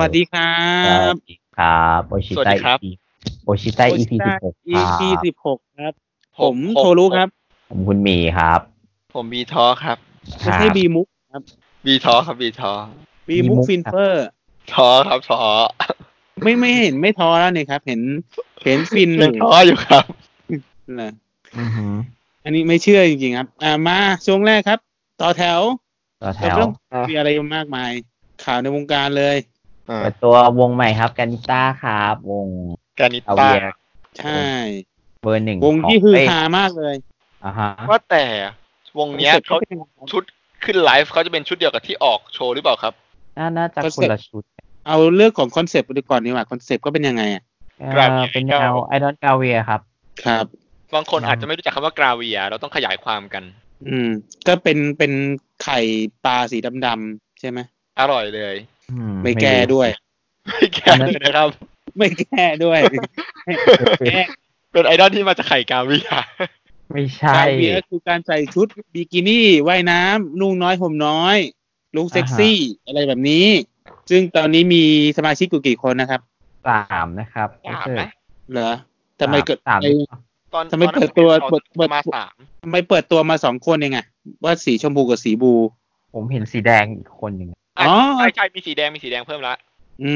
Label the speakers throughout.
Speaker 1: วัสดีครั
Speaker 2: สวั
Speaker 1: บ
Speaker 2: สดีครับโอชิ
Speaker 3: สวัส
Speaker 2: ไต
Speaker 3: ดีครับ
Speaker 2: โอชิไต EP สิบหกครับ
Speaker 1: EP สิบหกครับ ผมโทรุครับ
Speaker 2: ผมคุณหมีครับ
Speaker 3: ผมบีทอครับ
Speaker 2: ค
Speaker 1: ไม่
Speaker 2: รับ
Speaker 1: ใช่บีมุก
Speaker 3: บีทอครับบีทอ
Speaker 1: บีมุก
Speaker 2: B-Mook
Speaker 1: ฟินเฟอร์
Speaker 3: ทอครับทอ
Speaker 1: ไม่ไม่เห็นไม่ท้อแล้วเนี่ยครับ เห็นเห็นฟินอ
Speaker 3: ยัง
Speaker 1: ยู่
Speaker 3: ทออยู่ครับ
Speaker 1: นะ
Speaker 2: อือหือ
Speaker 1: อันนี้ไม่เชื่อจริงๆครับ อ่ามาช่วงแรกครับ ต่อแถว
Speaker 2: ต่อแถ
Speaker 1: กั
Speaker 2: ว
Speaker 1: บเรื่องมีอะไรมากมาย ข่าวในวงการเลย
Speaker 3: อ่า
Speaker 2: เปิดตัววงใหม่ครับกานิต้าครับ วง
Speaker 3: กานิ
Speaker 2: อา
Speaker 3: ต้า
Speaker 2: เวีย
Speaker 1: ใช่
Speaker 2: เบอร์หนึ่ง
Speaker 1: วงที่
Speaker 2: ข
Speaker 1: ฮือ
Speaker 2: เย
Speaker 1: ฮามากเลย
Speaker 2: อ่าฮะ
Speaker 3: ว่าแต่วงเนี้ยเขาชุดขึ้นไลฟ์เขาจะเป็นชุดเดียวกับที่ออกโชว์หรือเปล่าครับ
Speaker 2: น่าน่าจะคนละชุด
Speaker 1: เอาเรื่องของคอนเซปต์ไปก่อนดีกว่าคอนเซปต์ก็เป็นยังไงอ่ะ
Speaker 2: เอ่อก
Speaker 3: ราฟ
Speaker 2: เป็นแนวไอดอลกาเวียครับ
Speaker 1: ครับ
Speaker 3: บางคน
Speaker 2: อืม
Speaker 3: อาจจะไม่รู้จักคำว่ากราเวีย เราต้องขยายความกัน
Speaker 1: อืม ก็เป็นเป็นไข่ปลาสีดำๆใช่ไหม
Speaker 3: อร่อยเลย
Speaker 2: อื
Speaker 1: ไม่แก้ด้วย
Speaker 3: ไม่แก่เลยนะครับ
Speaker 1: ไม่แก้ด้วย แก้
Speaker 3: เป็นไอดอลที่มาจากไข่กาเวีย
Speaker 2: ไม่
Speaker 1: กา
Speaker 2: ใช่
Speaker 1: รเวียร์คือการใส่ชุดบิกินี่ว่ายน้ำนุ่งน้อยห่มน้อยลุกเซ็กซี่ อะไรแบบนี้ ซึ่งตอนนี้มีสมาชิกอยู่กี่คนนะครับ
Speaker 2: สามนะครับ
Speaker 3: สาม
Speaker 2: รู้สึ
Speaker 3: นะ
Speaker 2: ก
Speaker 1: เหรอทำไมเกิด
Speaker 2: สาม
Speaker 1: ไอ้
Speaker 3: ตอน
Speaker 1: ทำไมเปิดตัวเปิดเปิด
Speaker 3: มาสาม
Speaker 1: ทำไมเปิดตัวมาสองคนเองอะว่าสีชมพูกับสีบลู
Speaker 2: ผมเห็นสีแดงอีกคนหนึ่ง
Speaker 1: อ๋อ
Speaker 3: ใช่ใช่มีสีแดงมีสีแดงเพิ่มละ
Speaker 1: อื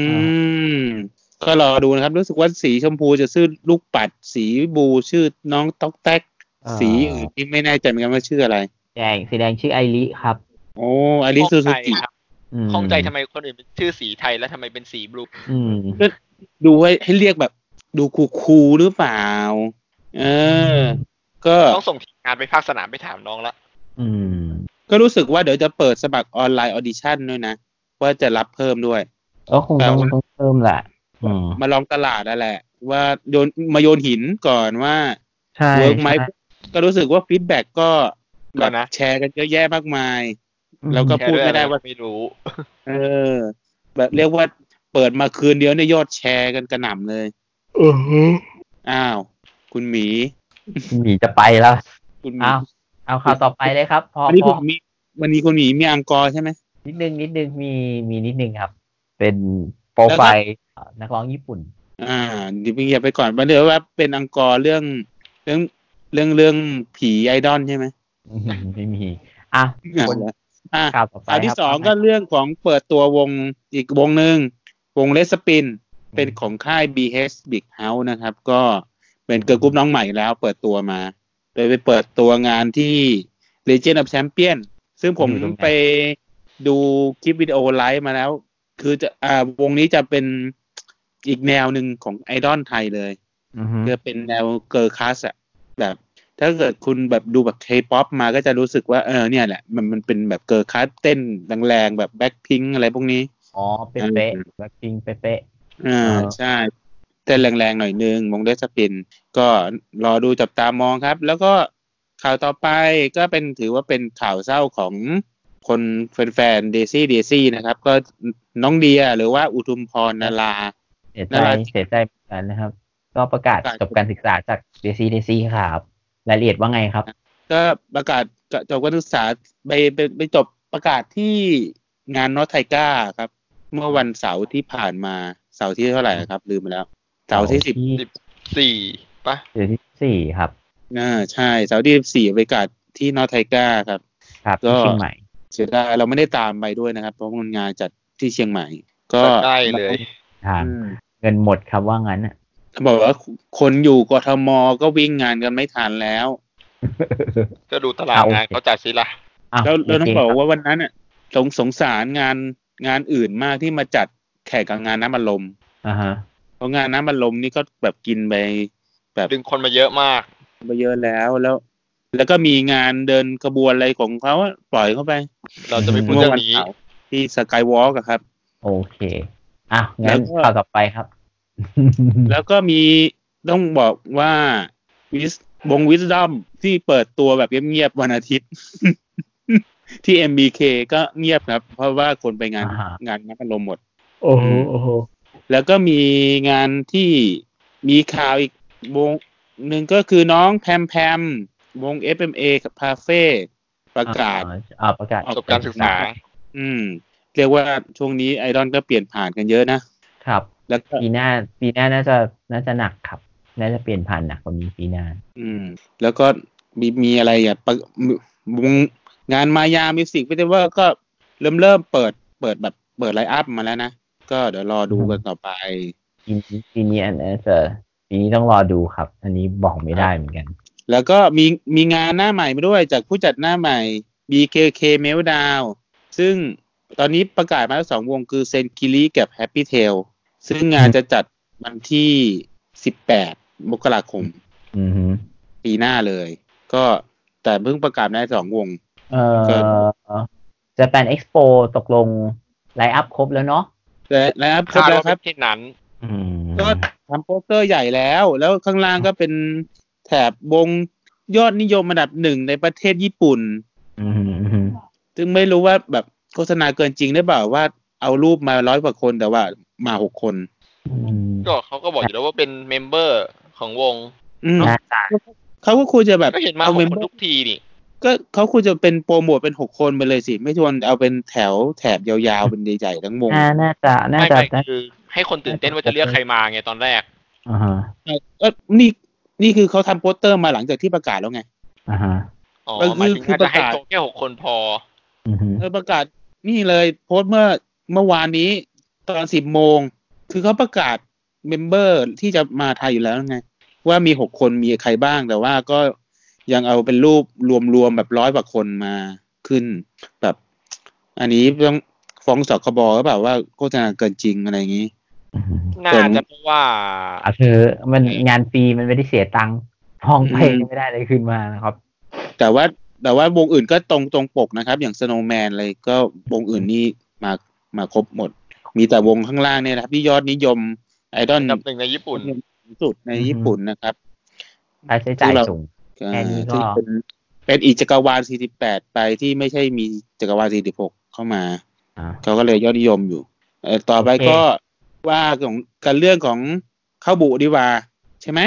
Speaker 1: ม ก็รอดูนะครับ รู้สึกว่าสีชมพูจะชื่อลูกปัด สีบลูชื่อน้องต๊อกแต๊ก
Speaker 2: อ่า
Speaker 1: สีอื่นที่ไม่แน่ใจเหมือนกันว่าชื่ออะไร
Speaker 2: แดงสีแดงชื่อไอริครับ
Speaker 1: โอ้อลิซูซู
Speaker 3: ข้อง
Speaker 1: กิ
Speaker 3: ใจครับ
Speaker 2: ม
Speaker 3: ข้องใจทำไมคนอื่นเป็นชื่อสีไทยแล้วทำไมเป็นสีบลู
Speaker 2: อืม
Speaker 1: ดูให้ให้เรียกแบบ ดูคูคูลๆหรือเปล่า เออ ก็
Speaker 3: ต้องส่งทีมงานไปภาคสนามไปถามน้องละ
Speaker 2: อืม
Speaker 1: ก็รู้สึกว่าเดี๋ยวจะเปิดสมัครออนไลน์ออดิชั่นด้วยนะ ว่าจะรับเพิ่มด้วย
Speaker 2: ก็คงต้อง
Speaker 1: แต่ว่า
Speaker 2: ต้องเพิ่มแหละ อืม
Speaker 1: มาลองตลาดนั่นแหละ ว่าโยนมาโยนหินก่อนว่า
Speaker 2: ใช่
Speaker 1: เวิร์กไหม
Speaker 2: ใช่
Speaker 1: ก็รู้สึกว่าฟีดแบ็กก็แบ
Speaker 3: ก่อบ นนะ
Speaker 1: แชร์กันเยอะแยะมากมาย
Speaker 2: อืม
Speaker 1: แล้วก็
Speaker 3: แชร์วย
Speaker 1: พูดไม่ได้ว่า
Speaker 3: อะรไม่รู้
Speaker 1: เออ แบบเรียกว่าเปิดมาคืนเดียวเนี่ยยอดแชร์กันกระหน่ำเลยอ้าว คุณหมี
Speaker 2: หมีจะไปแล้ว
Speaker 1: คุณหมี
Speaker 2: เอาเอาข่าวต่อไปเลยครับ พอ
Speaker 1: วันนี้
Speaker 2: พ
Speaker 1: คุ
Speaker 2: อ
Speaker 1: ณหมีวันนี้คุณหมีมีอังกอร์ใช่ไหม
Speaker 2: นิดนึงนิดนึงมีมีนิดนึงครับ เป็นโปรไฟล์นักร้องญี่ปุ่น
Speaker 1: อ่าเดี๋ยวพี่เงียบไปก่อนมาเดี๋ยวว่าเป็นอังกอร์เรื่องเรื่องเรื่องเรื่องผีไอดอลใช่ไหม
Speaker 2: อืมไม่มี อ่ะ
Speaker 1: อ่า
Speaker 2: คน
Speaker 1: อ่า
Speaker 2: ข่าวต่อไป
Speaker 1: อันที่
Speaker 2: ครับ
Speaker 1: สองก็เรื่องของเปิดตัววงอีกวงหนึ่งวงเลสปิน เป็นของค่าย BH Big House นะครับ ก็เป็นเกิร์ลกรุ๊ปน้องใหม่แล้วเปิดตัวมา โดยไปเปิดตัวงานที่ Legend of Champion ซึ่งผมไปดูคลิปวิดีโอไลฟ์มาแล้ว คือจะอ่าวงนี้จะเป็นอีกแนวหนึ่งของไอดอลไทยเลย
Speaker 2: อือฮึ
Speaker 1: จะเป็นแนวเกิร์ลคัสอะแบบ ถ้าเกิดคุณแบบดูแบบเคป๊อปมาก็จะรู้สึกว่าเออเนี่ยแหละ มันมันเป็นแบบเกิร์ลคัสเต้นแรงๆแบบแบ็คพิงอะไรพวกนี้
Speaker 2: อ๋อเป๊ะๆแบล็คพิงค์เป๊ะ
Speaker 1: อ่า
Speaker 2: อ่า
Speaker 1: ใช่ เต้นแรงๆหน่อยนึงวงเดสปิน ก็รอดูจับตามองครับ แล้วก็ข่าวต่อไปก็เป็นถือว่าเป็นข่าวเศร้าของคนแฟนๆเดซี่เดซี่นะครับ ก็น้องเดียหรือว่าอุทุมพรนารา
Speaker 2: ๆเสียใจ
Speaker 1: น่ารัก
Speaker 2: เสียใจเหมือนกันนะครับ ก็ประกาศ
Speaker 1: ประกาศ
Speaker 2: จบการศึกษาจากเดซี่เดซี่ครับรายละเอียดว่าไงครับ
Speaker 1: ก็ประกาศจบการศึกษาไปไปไปจบประกาศที่งานนอตไทก้าครับ เมื่อวันเสาร์ที่ผ่านมาเสาร์ที่เท่าไหร่ครับ ลืมไปแล้ว เสาร์ที่สิบ
Speaker 3: สี่ปะ
Speaker 2: เดือนที่สี่ครับ
Speaker 1: อ่าใช่เสาร์ที่สี่ไปประกาศที่นอตไทก้าครับ
Speaker 2: ครับ
Speaker 1: ก็
Speaker 2: ที่เชียงใหม่
Speaker 1: เสียดายเราไม่ได้ตามไปด้วยนะครับ เพราะมันงานจัดที่เชียงใหม่ ก็
Speaker 3: ได้เลย
Speaker 2: ทาง
Speaker 1: อืม
Speaker 2: เงินหมดครับว่างั้นอ่ะ
Speaker 1: เขาบอกว่าคนอยู่กทมก็วิ่งงานกันไม่ทันแล้ว
Speaker 3: ก็ดูตารางงาน
Speaker 2: เอา
Speaker 3: เขาจัดสิละ
Speaker 2: อ้าว
Speaker 1: แล้วแล้วต้อง
Speaker 2: โเค
Speaker 1: บอก
Speaker 2: ครั
Speaker 1: ว่าวันนั้นอ่ะสงสงสารงานงานอื่นมากที่มาจัดแข่งกับงานน้ำบัลลม
Speaker 2: อ่าฮะ
Speaker 1: เพราะงานน้ำบัลลมนี่ก็แบบกินไปแบบ
Speaker 3: ดึงคนมาเยอะมาก
Speaker 1: ไปเยอะแล้วแล้ว แล้วก็มีงานเดินกระบวนอะไรของเขาอะปล่อยเข้าไป
Speaker 3: เราจะไม่พูด
Speaker 1: เมื่อ
Speaker 3: เรื่อง
Speaker 1: วัน
Speaker 3: นี้
Speaker 1: เสาร์ที่สกายวอล์กครับ
Speaker 2: โอเคอ่ะงั้น
Speaker 1: แล้วก็
Speaker 2: ข่าวต่อไปครับ
Speaker 1: แล้วก็มีต้องบอกว่าวิสวงวิสดอมที่เปิดตัวแบบเงียบๆวันอาทิตย์ ที่ MBK ก็เงียบครับ เพราะว่าคนไปงาน
Speaker 2: อ่าฮะ
Speaker 1: งานนักอารมณ์หมด
Speaker 2: โอ้โหโอ้โห
Speaker 1: แล้วก็มีงานที่มีข่าวอีกวงหนึ่งก็คือน้องแพมแพมวง FMA กับพาเฟ่ประกาศ
Speaker 2: อ่าประกาศ
Speaker 3: จบการศึกษา
Speaker 1: อืม เรียกว่าช่วงนี้ไอดอลก็เปลี่ยนผ่านกันเยอะนะ
Speaker 2: ครับ
Speaker 1: แล้วก็
Speaker 2: ปีหน้าปีหน้าน่าจะน่าจะหนักครับน่าจะเปลี่ยนผ่านหนักกว่านี้ปีหน้า
Speaker 1: อืม แล้วก็มีมีอะไรอ่ะปะวงงานมายามิวสิกเฟสติวัลก็เริ่มเริ่มเปิดเปิดแบบเปิดไลน์อัพมาแล้วนะ ก็เดี๋ยวรอดูกันต่อไป
Speaker 2: ปีนี้ปีนี้อันน่าจะปีนี้ต้องรอดูครับ อันนี้บอกไม่ได้เหมือนกัน
Speaker 1: แล้วก็มีมีงานหน้าใหม่มาด้วยจากผู้จัดหน้าใหม่ BKK Meltdown ซึ่งตอนนี้ประกาศมาแล้วสองวงคือเซนกิริกับ Happy Tail ซึ่งงานจะจัดวันที่ 18 มกราคม
Speaker 2: อือฮึ
Speaker 1: ปีหน้าเลย ก็แต่เพิ่งประกาศได้สองวง
Speaker 2: เอ่
Speaker 1: ครับ
Speaker 2: อจะเป็นเอ็กซ์โปตกลงไลน์อัพครบแล้วเนาะ
Speaker 1: และและครบ
Speaker 3: คาด
Speaker 1: แล้วครั
Speaker 3: ว่าเป็
Speaker 1: บ
Speaker 3: นที่นั้น
Speaker 2: อืม
Speaker 1: ก็ทำโปสเตอร์ใหญ่แล้ว แล้วข้างล่างก็เป็นแถบวงยอดนิยมอันดับหนึ่งในประเทศญี่ปุ่น
Speaker 2: อืมอืมอืม
Speaker 1: ซึ่งไม่รู้ว่าแบบโฆษณาเกินจริงหรือเปล่าว่าเอารูปมาร้อยกว่าคนแต่ว่ามาหกคน
Speaker 2: อืม
Speaker 3: ก็เขาก็บอกอยู่แล้วว่าเป็นเมมเบอร์ของวง
Speaker 1: อืม
Speaker 2: น่าจะ
Speaker 1: เขาก็ควรจะแบบ
Speaker 3: ก็เห็นมา
Speaker 1: เอา
Speaker 3: ของ
Speaker 1: เมม
Speaker 3: ค
Speaker 1: เบ
Speaker 3: น
Speaker 1: อ
Speaker 3: ทุ
Speaker 1: ร์
Speaker 3: กทีนี่
Speaker 1: ก็เขาควรจะเป็นโปรโมทเป็นหกคนไปเลยสิ ไม่ชวนเอาเป็นแถวแถบยาวๆเป็นใหญ่ๆทั้งวง
Speaker 2: น่าน่าจะน่า
Speaker 3: ไม่
Speaker 2: จะ
Speaker 3: ไม่
Speaker 2: น่า
Speaker 3: คือ ให้คนตื่นเต้นว่าจะเรียกใครมาไงตอนแรก
Speaker 2: อ่าฮะ
Speaker 1: เออนี่นี่คือเขาทำโปสเตอร์มาหลังจากที่ประกาศแล้วไง
Speaker 2: อ่าฮะ
Speaker 3: อ๋อ
Speaker 1: ก็คือ
Speaker 3: หมายถึง
Speaker 1: คือ
Speaker 3: น่าจะให้
Speaker 1: ประกาศ
Speaker 3: โชว์แค่หกคนพอ
Speaker 2: อือฮึ
Speaker 1: เออประกาศนี่เลยโพสต์เมื่อเมื่อวานนี้ตอนสิบโมง คือเขาประกาศเมมเบอร์ที่จะมาไทยอยู่แล้วไง ว่ามีหกคนมีใครบ้างแต่ว่าก็ยังเอาเป็นรูปรวมๆแบบร้อยกว่าคนมาขึ้น แบบ อันนี้ต้องฟ้องสคบหรือเปล่าว่าโฆษณาเกินจริงอะไรอย่างนี้
Speaker 2: อือฮึ
Speaker 3: น่าจะเพราะว่า
Speaker 2: อ่ะคือมันงานฟรีมันไม่ได้เสียตังค์พองเพลงไม่ได้เลยขึ้นมานะครับ
Speaker 1: แต่ว่าแต่ว่าวงอื่นก็ตรงตรงปกนะครับ อย่าง Snowman อะไรก็วงอื่นนี่มามาครบหมด มีแต่วงข้างล่างเนี่ยนะครับที่ยอดนิยมไอดอล
Speaker 3: อันดับหนึ่งในญี่ปุ่น
Speaker 1: สูงสุดในญี่ปุ่นนะครับ
Speaker 2: ค่าใช้จ่ายสูง แค่นี้ก็
Speaker 1: ซึ่งเป็นเป็นอีกจักรวาล 48 ไปที่ไม่ใช่มีจักรวาล 46 เข้ามา
Speaker 2: อ่า
Speaker 1: เขาก็เลยยอดนิยมอยู่เอ่อต่อไป
Speaker 2: โอเค
Speaker 1: ก็ว่าของกันเรื่องของข้าวบุดีกว่าใช่ไหม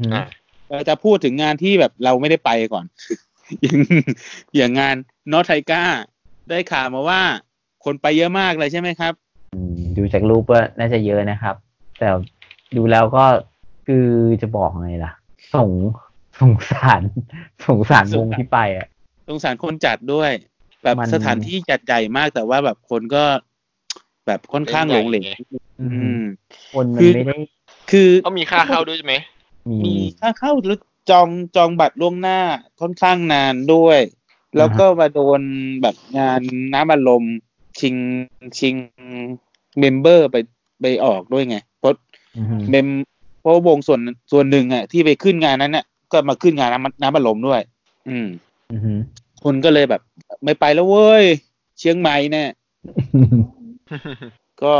Speaker 2: อืม
Speaker 3: อ่ะ
Speaker 1: เราจะพูดถึงงานที่แบบเราไม่ได้ไปก่อน อย่างอย่างงานนอไทก้าได้ข่าวมาว่า คนไปเยอะมากเลยใช่ไหมครับ
Speaker 2: อืมดูจากรูปก็น่าจะเยอะนะครับ แต่ดูแล้วก็คือจะบอกไงล่ะ สงสงสาร สงสารวงที่ไปอ่ะ
Speaker 1: สงสารคนจัดด้วย แบบ
Speaker 2: มัน
Speaker 1: สถานที่จัดใหญ่มากแต่ว่าแบบคนก็แบบค่อนข้างหลงเหลง
Speaker 3: เล่นใหญ่ไง
Speaker 1: อืม
Speaker 2: คนมั
Speaker 1: คื
Speaker 2: น
Speaker 1: อ
Speaker 2: ไม่ได้
Speaker 1: คือ
Speaker 3: ก็มีค่าเข้าด้วยใช่ไหม
Speaker 2: มี
Speaker 1: มีค่าเข้าหรือจองจองบัตรล่วงหน้าค่อนข้างนานด้วย แล้วก็มาโดนแบบงานน้ำอารมณ์ชิงชิงเมมเบอร์ไปไปออกด้วยไงเพราะ
Speaker 2: อือฮึ
Speaker 1: เมมเพราะวงส่วนส่วนหนึ่งอ่ะที่ไปขึ้นงานนั้นน่ะก็มาขึ้นงานน้ำน้ำอารมณ์ด้วย อืม
Speaker 2: อือฮึ
Speaker 1: คนก็เลยแบบ ไม่ไปแล้วเว้ย เชียงใหม่เนี่ย ก็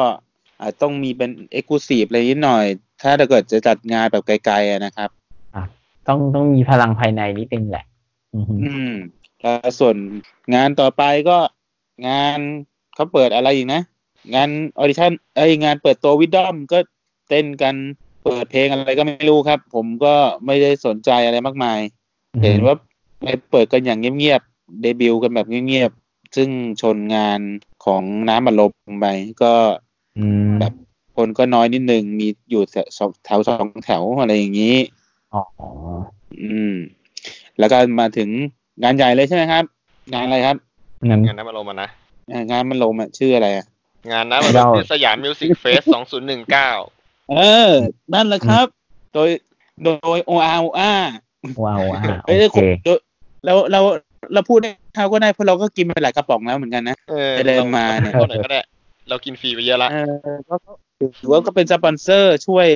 Speaker 1: อาจต้องมีเป็นเอ็กซ์คลูซีฟอะไรนิดหน่อย ถ้าเกิดจะจัดงานแบบไกลๆอะนะครับ
Speaker 2: ต้องต้องมีพลังภายในนิดนึงแหละ อือฮึ
Speaker 1: อืมแล้วส่วนงานต่อไปก็งานเขาเปิดอะไรอีกนะ งานออดิชั่นไอยงานเปิดตัววิดดอมก็เต้นกันเปิดเพลงอะไรก็ไม่รู้ครับ ผมก็ไม่ได้สนใจอะไรมากมาย เห็นว่าไปเปิดกันอย่างเงียบๆเดบิวต์กันแบบเงียบๆ ซึ่งชนงานของน้ำบัลลมไปก็
Speaker 2: อืม
Speaker 1: แบบ คนก็น้อยนิดนึง มีอยู่แถวสองแถวสองแถวอะไรอย่างนี้
Speaker 2: อ๋อ
Speaker 1: อืม แล้วก็มาถึงงานใหญ่เลยใช่ไหมครับ งานอะไรครับ
Speaker 2: งั้น
Speaker 3: งานน้ำอารมณ์อะนะ
Speaker 1: อ่างานมันลมอะชื่ออะไรอะ
Speaker 3: งานน้ำอารมณ์ที่สยามมิวสิกเฟส 2019
Speaker 1: เออ นั่นแหละครับ โดยโดยโออาโออา
Speaker 2: ว้าวอ่ะโอ
Speaker 1: เอ้ย
Speaker 2: เค
Speaker 1: โดยเราเราเราพูดได้เท่าก็ได้เพราะเราก็กินไปหลายกระป๋องแล้วเหมือนกันนะ
Speaker 3: เออ
Speaker 1: ไปเดินมาเนี่ย
Speaker 3: รไหนก็ได้ เรากินฟรีไปเยอะละ
Speaker 1: เออก็ถือว่าก็เป็นสปอนเซอร์ช่วย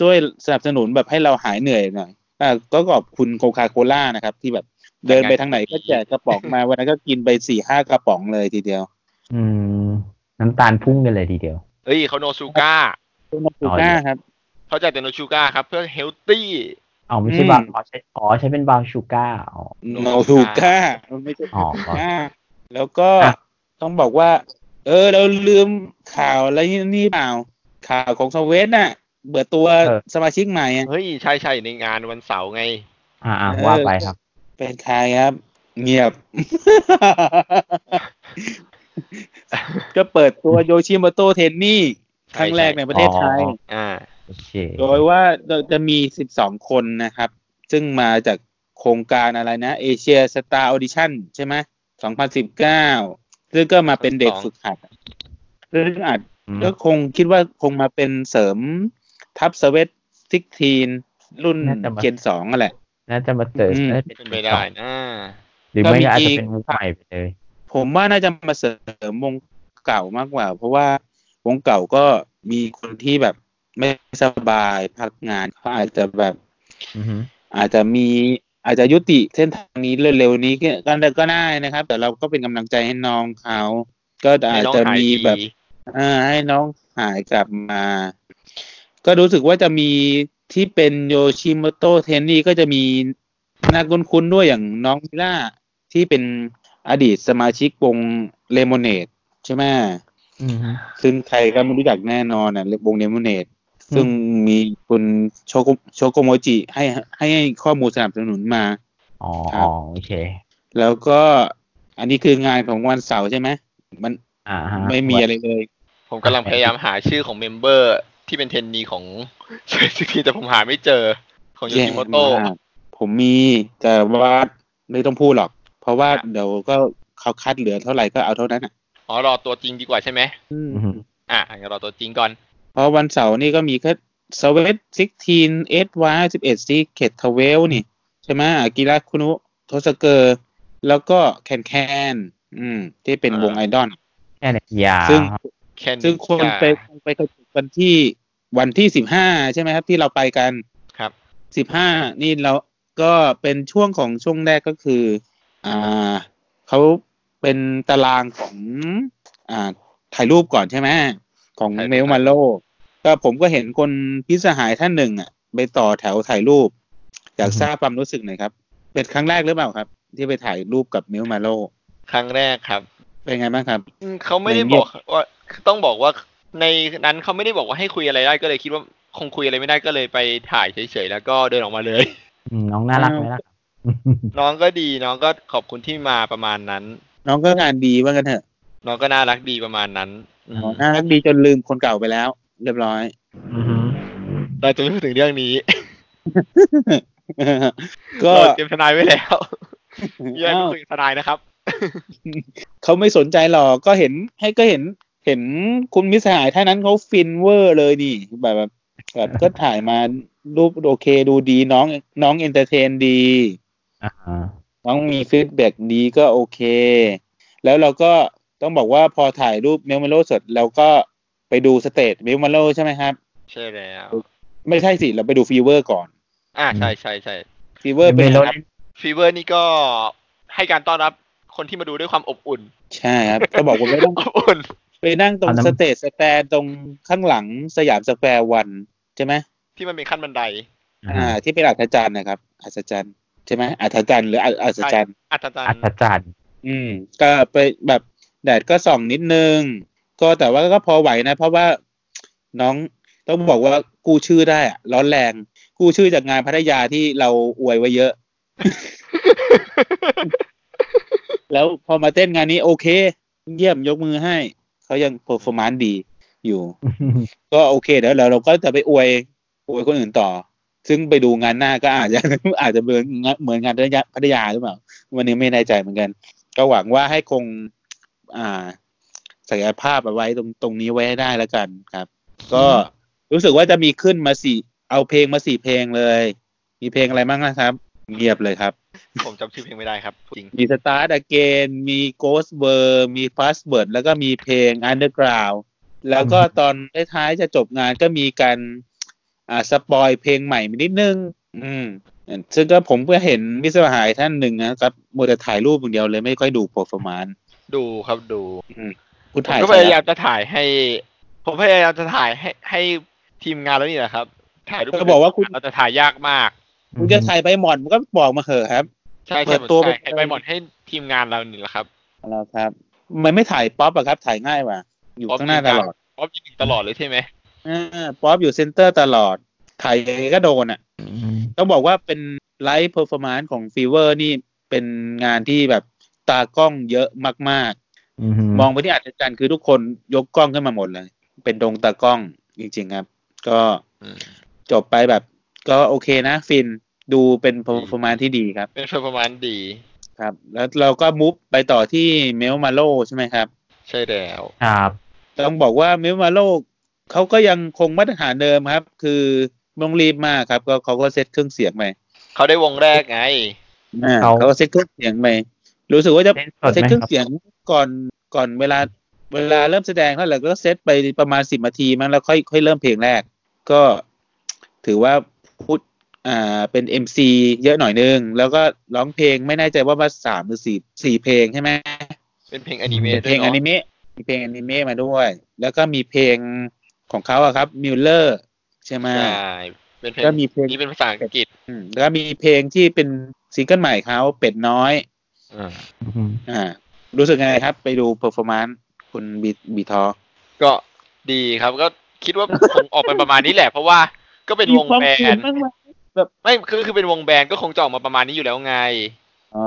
Speaker 1: ช่วยสนับสนุนแบบให้เราหายเหนื่อยหน่อยอ่าก็ขอบคุณโคคาโคล่านะครับ ที่แบบเดินไปทางไหนก็แจกกระป๋องมา วันนั้นก็กินไปสี่ห้ากระป๋องเลยทีเดียว
Speaker 2: อืม น้ำตาลพุ่งกันเลยทีเดียว
Speaker 3: เฮ้ยเขาโนชูก้า
Speaker 1: คุณมาถูกหน้าครับ
Speaker 3: เขาจะแต่โนชูก้าครับ เพื่อเฮลตี้
Speaker 2: เอาไม่ใช่
Speaker 1: อืม
Speaker 2: บางอ๋อใช้อ๋อใช้เป็นบาวชูก้าอ๋อ
Speaker 1: โนถูกก้ามันไม่ใช่
Speaker 2: อ๋อ
Speaker 1: ก้าแล้วก็ต้องบอกว่า เออ เราลืมข่าวอะไรนี่เปล่า ข่าวของสเวสน่ะ เบิดตัวสมาชิกใหม่อะ
Speaker 3: เฮ้ย ใช่ใช่ในงานวันเสาร์ไง
Speaker 2: อ่าอ่าว่าไปครับ
Speaker 1: เป็นใครครับ เงียบ ก็เปิดตัวโยชิโมโตะเทนนี่ครั้งแรกในประเทศไทย
Speaker 2: อ๋อ
Speaker 3: อ่า
Speaker 2: โอเค
Speaker 1: โดยว่าเราจะมี 12 คนนะครับ ซึ่งมาจากโครงการอะไรนะเอเชียสตาร์ออดิชั่นใช่ไหม2019 ซึ่งก็มาเป็นเด็ก
Speaker 3: 12
Speaker 1: ฝึกหัด ซึ่งอาจ
Speaker 2: อืม
Speaker 1: ก็คงคิดว่าคงมาเป็นเสริมทัพสเวตซิกทีนรุ่น
Speaker 2: น่าจะมา
Speaker 1: เจนสองอะแหละ
Speaker 2: น่าจะมาเติร์
Speaker 1: อืม
Speaker 2: น่าจะ
Speaker 3: เป็
Speaker 2: เป็น น
Speaker 3: ไปได้อ่า
Speaker 2: หรือไม่
Speaker 1: ก็มี
Speaker 2: ก็อาจจะ
Speaker 1: อีก
Speaker 2: เป็นวงใหม่ไปเลย
Speaker 1: ผมว่าน่าจะมาเสริมวงเก่ามากกว่า เพราะว่าวงเก่าก็มีคนที่แบบไม่สบายพักงานเขาอาจจะแบบ
Speaker 2: อือฮึ
Speaker 1: อาจจะมีอาจจะยุติเส้นทางนี้เร็วๆนี้ก็ก็ได้ก็ได้นะครับ แต่เราก็เป็นกำลังใจให้น้องเขา ก็อาจจะมีแบบเออให้น้องหายกลับมา ก็รู้สึกว่าจะมีที่เป็นโยชิโมโตะเทนนี่ก็จะมีนักคุ้นๆด้วยอย่างน้องมิล่าที่เป็นอดีตสมาชิกวงเลมอนเนดใช่ไหม
Speaker 2: อือฮึ
Speaker 1: ซึ่งใครก็ไม่รู้จักแน่นอนอ่ะวงเนมูเนต
Speaker 2: ม
Speaker 1: ซึ่งมีคุณโชโกโชโกโมจิให้ให้ข้อมูลสนับสนุนมา
Speaker 2: อ๋อ
Speaker 1: ครับ
Speaker 2: อ๋อโอเค
Speaker 1: แล้วก็อันนี้คืองานของวันเสาร์ใช่ไหมมัน
Speaker 2: อ่าฮะ
Speaker 1: ไม่มีอะไรเลย
Speaker 3: ผมกำลังพยายามหาชื่อของเมมเบอร์ที่เป็นเทนนีของ เซซิทีแต่ผมหาไม่เจอของยู
Speaker 1: แย่
Speaker 3: นิโม
Speaker 1: ม
Speaker 3: โต
Speaker 1: ากผมมีแต่ว่าไม่ต้องพูดหรอก เพราะว่าเดี๋ยวก็เขาคัดเหลือเท่าไหร่ก็เอาเท่านั้นอ่ะ
Speaker 3: อ๋อรอตัวจริงดีกว่าใช่ไหม
Speaker 1: อืม
Speaker 2: อือฮึ
Speaker 3: อ่ะงั้นรอตัวจริงก่อน
Speaker 1: เพราะวันเสาร์นี่ก็มีแค่สเวตซิกทีนเอสวาสิบเอ็ดซีเขตทเวลนี่ ใช่ไหมอากิระคุนุโทสเกอร์ แล้วก็แคนแคนอืม ที่เป็นวงไอดอล
Speaker 2: แค่ไหนยา
Speaker 1: ซึ่ง
Speaker 2: ครับ
Speaker 3: แค่นี้
Speaker 1: ซึ่งควรไป
Speaker 3: จ้า
Speaker 1: ไปกระจุกกันที่วันที่สิบห้าใช่ไหมครับ ที่เราไปกัน
Speaker 3: ครับ
Speaker 1: สิบห้านี่เราก็เป็นช่วงของช่วงแรกก็คือ อ่าเขาเป็นตารางของ อ่า ถ่ายรูปก่อนใช่ไหมของ
Speaker 3: ถ่ายรูป
Speaker 1: เมลมาโลก็ผมก็เห็นคนพิสหายท่านหนึ่งอ่ะ ไปต่อแถวถ่ายรูป อยากทราบความรู้สึกหน่อยครับ เป็นครั้งแรกหรือเปล่าครับ ที่ไปถ่ายรูปกับเมลมาโล
Speaker 3: ครั้งแรกครับ
Speaker 1: เป็นไงบ้างครับ
Speaker 3: อืมเขาไม่ได้บอกว่าต้องบอกว่าในนั้นเขาไม่ได้บอกว่าให้คุยอะไรได้ก็เลยคิดว่าคงคุยอะไรไม่ได้ก็เลยไปถ่ายเฉยๆแล้วก็เดินออกมาเลย
Speaker 2: อืมน้องน่ารักไหมล่ะ
Speaker 3: น้องก็ดีน้องก็ขอบคุณที่มาประมาณนั้น
Speaker 1: น้องก็งานดีว่ากันเถอะ
Speaker 3: น้องก็น่ารักดีประมาณนั้นอืม
Speaker 1: น่ารักดีจนลืมคนเก่าไปแล้ว เรียบร้อย
Speaker 2: อือฮึ
Speaker 3: เราจะไม่พูดถึงเรื่องนี้
Speaker 1: ก็
Speaker 3: เราเตรียมทนายไว้แล้ว แยกไปคุยกับทนายนะครับ
Speaker 1: เขาไม่สนใจหรอกก็เห็นให้ก็เห็นเห็นคุณมิตรสหายท่านนั้นเขาฟินเวอร์เลยนี่แบบแบบแบบก็ถ่ายมารูปโอเคดูดีน้องน้องเอนเตอร์เทนดี
Speaker 2: อ่าฮะ
Speaker 1: น้องมีฟีดแบ็กดีก็โอเค แล้วเราก็ต้องบอกว่าพอถ่ายรูปเมลมาโลเสร็จเราก็ไปดูสเตจเมลมาโลใช่ไหมครับ
Speaker 3: ใช่แล้ว
Speaker 1: ไม่ใช่สิเราไปดูฟีเวอร์ก่อน
Speaker 3: อ่าใช่ใช่ใช่
Speaker 1: ฟีเวอร์เป็น
Speaker 2: เมโล
Speaker 1: อะไรครับ
Speaker 3: ฟีเวอร์นี่ก็ให้การต้อนรับคนที่มาดูด้วยความอบอุ่น
Speaker 1: ใช่ครับก็บอกว่าไม่ต้อง
Speaker 3: อบอุ่น
Speaker 1: ไปนั่งตรงสเตจสแตนตรงข้างหลังสยามสแควร์วันใช่ไหม
Speaker 3: ที่มันเป็นขั้นบันได
Speaker 2: อ่า
Speaker 1: อ่า
Speaker 2: ฮะ
Speaker 1: ที่เป็นอัศจรรย์นะครับอัศจรรย์ใช่ไหมอัศจรรย์หรืออัอัศจรรย์
Speaker 3: อัศจรร
Speaker 2: อั
Speaker 3: ย์
Speaker 2: ศจรรย์
Speaker 1: อืม ก็ไปแบบแดดก็ส่องนิดนึง ก็แต่ว่าก็พอไหวนะ เพราะว่าน้องต้องบอกว่ากู้ชื่อได้อะร้อนแรง กู้ชื่อจากงานพัทยาที่เราอวยไว้เยอะ แล้วพอมาเต้นงานนี้โอเค เยี่ยมยกมือให้ เขายังเ e อร์ฟอร์มนดีอยู่ ก็โอเคเดี๋ยวเราเราก็จะไปอวยอวยคนอื่นต่อ ซึ่งไปดูงานหน้าก็อาจจะ อาจจะเหมือนงานเหมือนงานพัทยาพัทยาหรือเปล่า วันนี้ไม่แน่ใจเหมือนกัน ก็หวังว่าให้คง อ่าศักยภาพเอาไว้ตรงตรงนี้ไว้ให้ได้แล้วกันครับ ก็รู้สึกว่าจะมีขึ้นมาสี่เอาเพลงมาสี่เพลงเลย มีเพลงอะไรบ้างนะครับ เงียบเลยครับ
Speaker 3: ผมจำชื่อเพลงไม่ได้ครับจริง
Speaker 1: มีสตาร์ a อเกนมีโกสเบอร์มีฟาสเบิร์ดแล้วก็มีเพลง Underground แล้วก็ตอนท้ายๆจะจบงานก็มีการอ่าสปอยเพลงใหม่นิดนึง อืม ซึ่งก็ผมก็เห็นมิตรสหายท่านหนึ่งนะครับมัวแต่ถ่ายรูปอย่างเดียวเลยไม่ค่อยดูโปรฟอร์มาน
Speaker 3: ดูครับดู
Speaker 1: คุณ
Speaker 3: ผม
Speaker 1: ถ่าย
Speaker 3: ก็
Speaker 1: ใค
Speaker 3: พ
Speaker 1: ร
Speaker 3: ยายา
Speaker 1: อะ
Speaker 3: มจะถ่ายให้ ผมพยายามจะถ่ายให้ให้ทีมงานแล้วนี่แหละครับ ถ่ายรูป
Speaker 1: ก็บอกว่าคุณ
Speaker 3: เราจะถ่ายยากมาก
Speaker 1: คุณจะถ่ายไปหมอนมันก็บอกมาเหอะครับ
Speaker 3: ใช่
Speaker 1: เปิ
Speaker 3: ใช่
Speaker 1: ด
Speaker 3: ผม
Speaker 1: ตัว
Speaker 3: ถ่าย
Speaker 1: ไป
Speaker 3: ให้ไปหมดให้ทีมงานเรานี่แหละครับ
Speaker 1: เอาล้วครับ มันไม่ถ่ายป๊อปอะครับถ่ายง่ายกว่าอยู่ข้างหน้าตลอด
Speaker 3: ป๊อปยืนอยู่ตลอดเลยใช่ไหม
Speaker 1: อ่าป๊อปอยู่เซนเตอร์ตลอด ถ่ายยังไงก็โดนอะ
Speaker 2: อืม
Speaker 1: ต้องบอกว่าเป็นไลฟ์เพอร์ฟอร์มานซ์ของฟีเวอร์นี่เป็นงานที่แบบตากล้องเยอะมาก
Speaker 2: อือหื
Speaker 1: มองไปที่อัศจรรย์คือทุกคนยกกล้องขึ้นมาหมดเลย เป็นดงตากล้องจริงๆครับ ก็
Speaker 3: อืม
Speaker 1: จบไปแบบ ก็โอเคนะ ฟินดูเป็นพอร์มาที่ดีครับ
Speaker 3: เป็นประมาณดี
Speaker 1: ครับ แล้วเราก็มุฟไปต่อที่เมลมาโลใช่ไหมครับ
Speaker 3: ใช่แล้ว
Speaker 2: ครับ
Speaker 1: ต้องบอกว่าเมลมาโลเขาก็ยังคงมาตรฐานเดิมครับ คือไม่ต้องรีบมากครับ ก็เขาก็เซตเครื่องเสียงไป
Speaker 3: เขาได้วงแรกไง
Speaker 1: อ่า
Speaker 2: เขา
Speaker 1: เขาก็เซตเครื่องเสียงไปรู้สึกว่าจะ
Speaker 2: เล่นสด
Speaker 1: เซต
Speaker 2: ไหม
Speaker 1: เครื่อง
Speaker 2: ครับ
Speaker 1: เสียงก่อนก่อนเวลาเวลาเริ่มแสดงเท่าไหร่ก็เซตไปประมาณสิบนาทีมั้งแล้วค่อยค่อยเริ่มเพลงแรก ก็ถือว่าพูดอ่าเป็นเอ็มซีเยอะหน่อยนึง แล้วก็ร้องเพลงไม่แน่ใจว่ามาสามหรือสี่สี่เพลงใช่ไหม
Speaker 3: เป็นเพลงอนิเมะ
Speaker 1: เป็น
Speaker 3: ด้
Speaker 1: เพ
Speaker 3: ว
Speaker 1: ล
Speaker 3: ย
Speaker 1: ง
Speaker 3: เนาะ
Speaker 1: อนิเมะมีเพลงอนิเมะมาด้วย แล้วก็มีเพลงของเขาอะครับมิลเลอร์ใช่ไหม
Speaker 3: ใช่เป็นเพลง
Speaker 1: ก็มีเพลง
Speaker 3: นี่เป็นภาษาอังกฤษ
Speaker 1: อืมแล้วก็มีเพลงที่เป็นซิงเกิลใหม่เขาเป็ดน้อย
Speaker 3: อ่า
Speaker 2: อือหือ
Speaker 1: อ่า รู้สึกไงครับ ไปดูเ e อร์ฟอร์มนซ์คุณบีบีทอ
Speaker 3: ก็ดีครับก็คิดว่า คงออกไปประมาณนี้แหละ เพราะว่าก็เป็นวงแบนด์ไม่คือคือเป็นวงแบนด์ก็คงจะออกมาประมาณนี้อยู่แล้วไง
Speaker 1: อ๋อ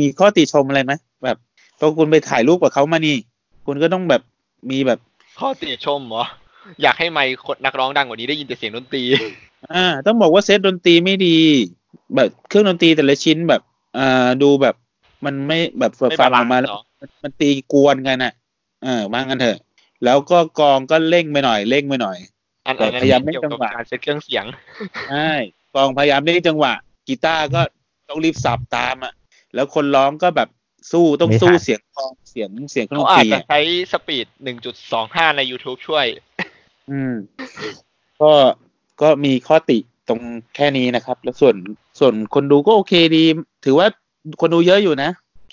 Speaker 1: มีข้อติชมอะไรไหมแบบพอคุณไปถ่ายรูปกับเขามานี่ คุณก็ต้องแบบมีแบบ
Speaker 3: ข้อติชมเหรอ อยากให้ไมค์คนนักร้องดังกว่านี้ได้ยินแต่เสียงดนตรี
Speaker 1: อ่า ต้องบอกว่าเซตดนตรีไม่ดี แบบเครื่องดนตรีแต่ละชิ้นแบบอ่าดูแบบ มันไม่แบบ
Speaker 3: ไม่
Speaker 1: ฟั
Speaker 3: บาง
Speaker 1: อ
Speaker 3: ลา
Speaker 1: อ
Speaker 3: น
Speaker 1: กมา
Speaker 3: ซ์
Speaker 1: แล้ว
Speaker 3: เหรอ
Speaker 1: มันตีกวนกันอ่ะ เออว่างันเถอะ แล้วก็กลองก็เร่งไปหน่อยเร่งไปหน่อย
Speaker 3: อันอันนั้น
Speaker 1: พยายามไม่
Speaker 3: เกี่ยว
Speaker 1: จั
Speaker 3: กับ
Speaker 1: งหวะ
Speaker 3: การเซตเครื่องเสียง
Speaker 1: ใช่กลองพยายามเล่นจังหวะ กีตาร์ก็ต้องรีบสับตามอ่ะ แล้วคนร้องก็แบบสู้ต้องสู้เสียงกลองเสียงเสียงเครื่องด
Speaker 3: เขา
Speaker 1: น
Speaker 3: อา
Speaker 1: ตรี
Speaker 3: จจะ
Speaker 1: อะ
Speaker 3: ใช้สปีด 1.25 ใน YouTube ช่วย
Speaker 1: อืม ก็ก็มีข้อติตรงแค่นี้นะครับ แล้วส่วนส่วนคนดูก็โอเคดี ถือว่าคนดูเยอะอยู่นะ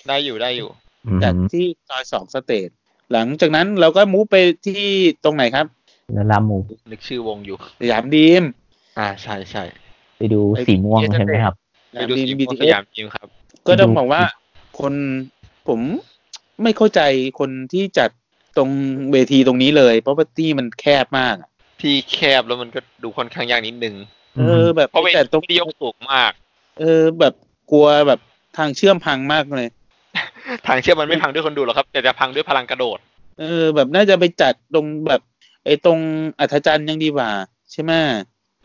Speaker 3: ได้อยู่ได้อยู่
Speaker 2: อือหือ
Speaker 1: จากที่ซอยสองสเตจหลังจากนั้นเราก็มูฟไปที่ตรงไหนครับ
Speaker 2: แล้วลามู
Speaker 3: นึกชื่อวงอยู่
Speaker 1: สยามดีม
Speaker 3: อ่าใช่ใช่
Speaker 2: ไปดู
Speaker 1: ไป
Speaker 2: สีม่วง
Speaker 1: เอเจนต์
Speaker 2: ใช่ไหมครับ
Speaker 3: ไปดูสีม่วงสยามทีมครับ
Speaker 1: ก็ต้องบอกว่าคนผมไม่เข้าใจคนที่จัดตรงเวทีตรงนี้เลย เพราะว่าที่มันแคบมากอะ
Speaker 3: ที่แคบแล้วมันก็ดูค่อนข้างยากนิดนึง
Speaker 1: เออ แบบ
Speaker 3: เพราะเว
Speaker 1: แต่ตร
Speaker 3: ที
Speaker 1: ง
Speaker 3: ไม่ได้ยกสูงมาก
Speaker 1: เออ แบบกลัวแบบทางเชื่อมพังมากเลย
Speaker 3: ทางเชื่อมมันไม่พังด้วยคนดูหรอกครับ แต่จะพังด้วยพลังกระโดด
Speaker 1: เออแบบน่าจะไปจัดตรงแบบ ไอ้ตรงอัธจันทร์ยังดีกว่า ใช่ไหม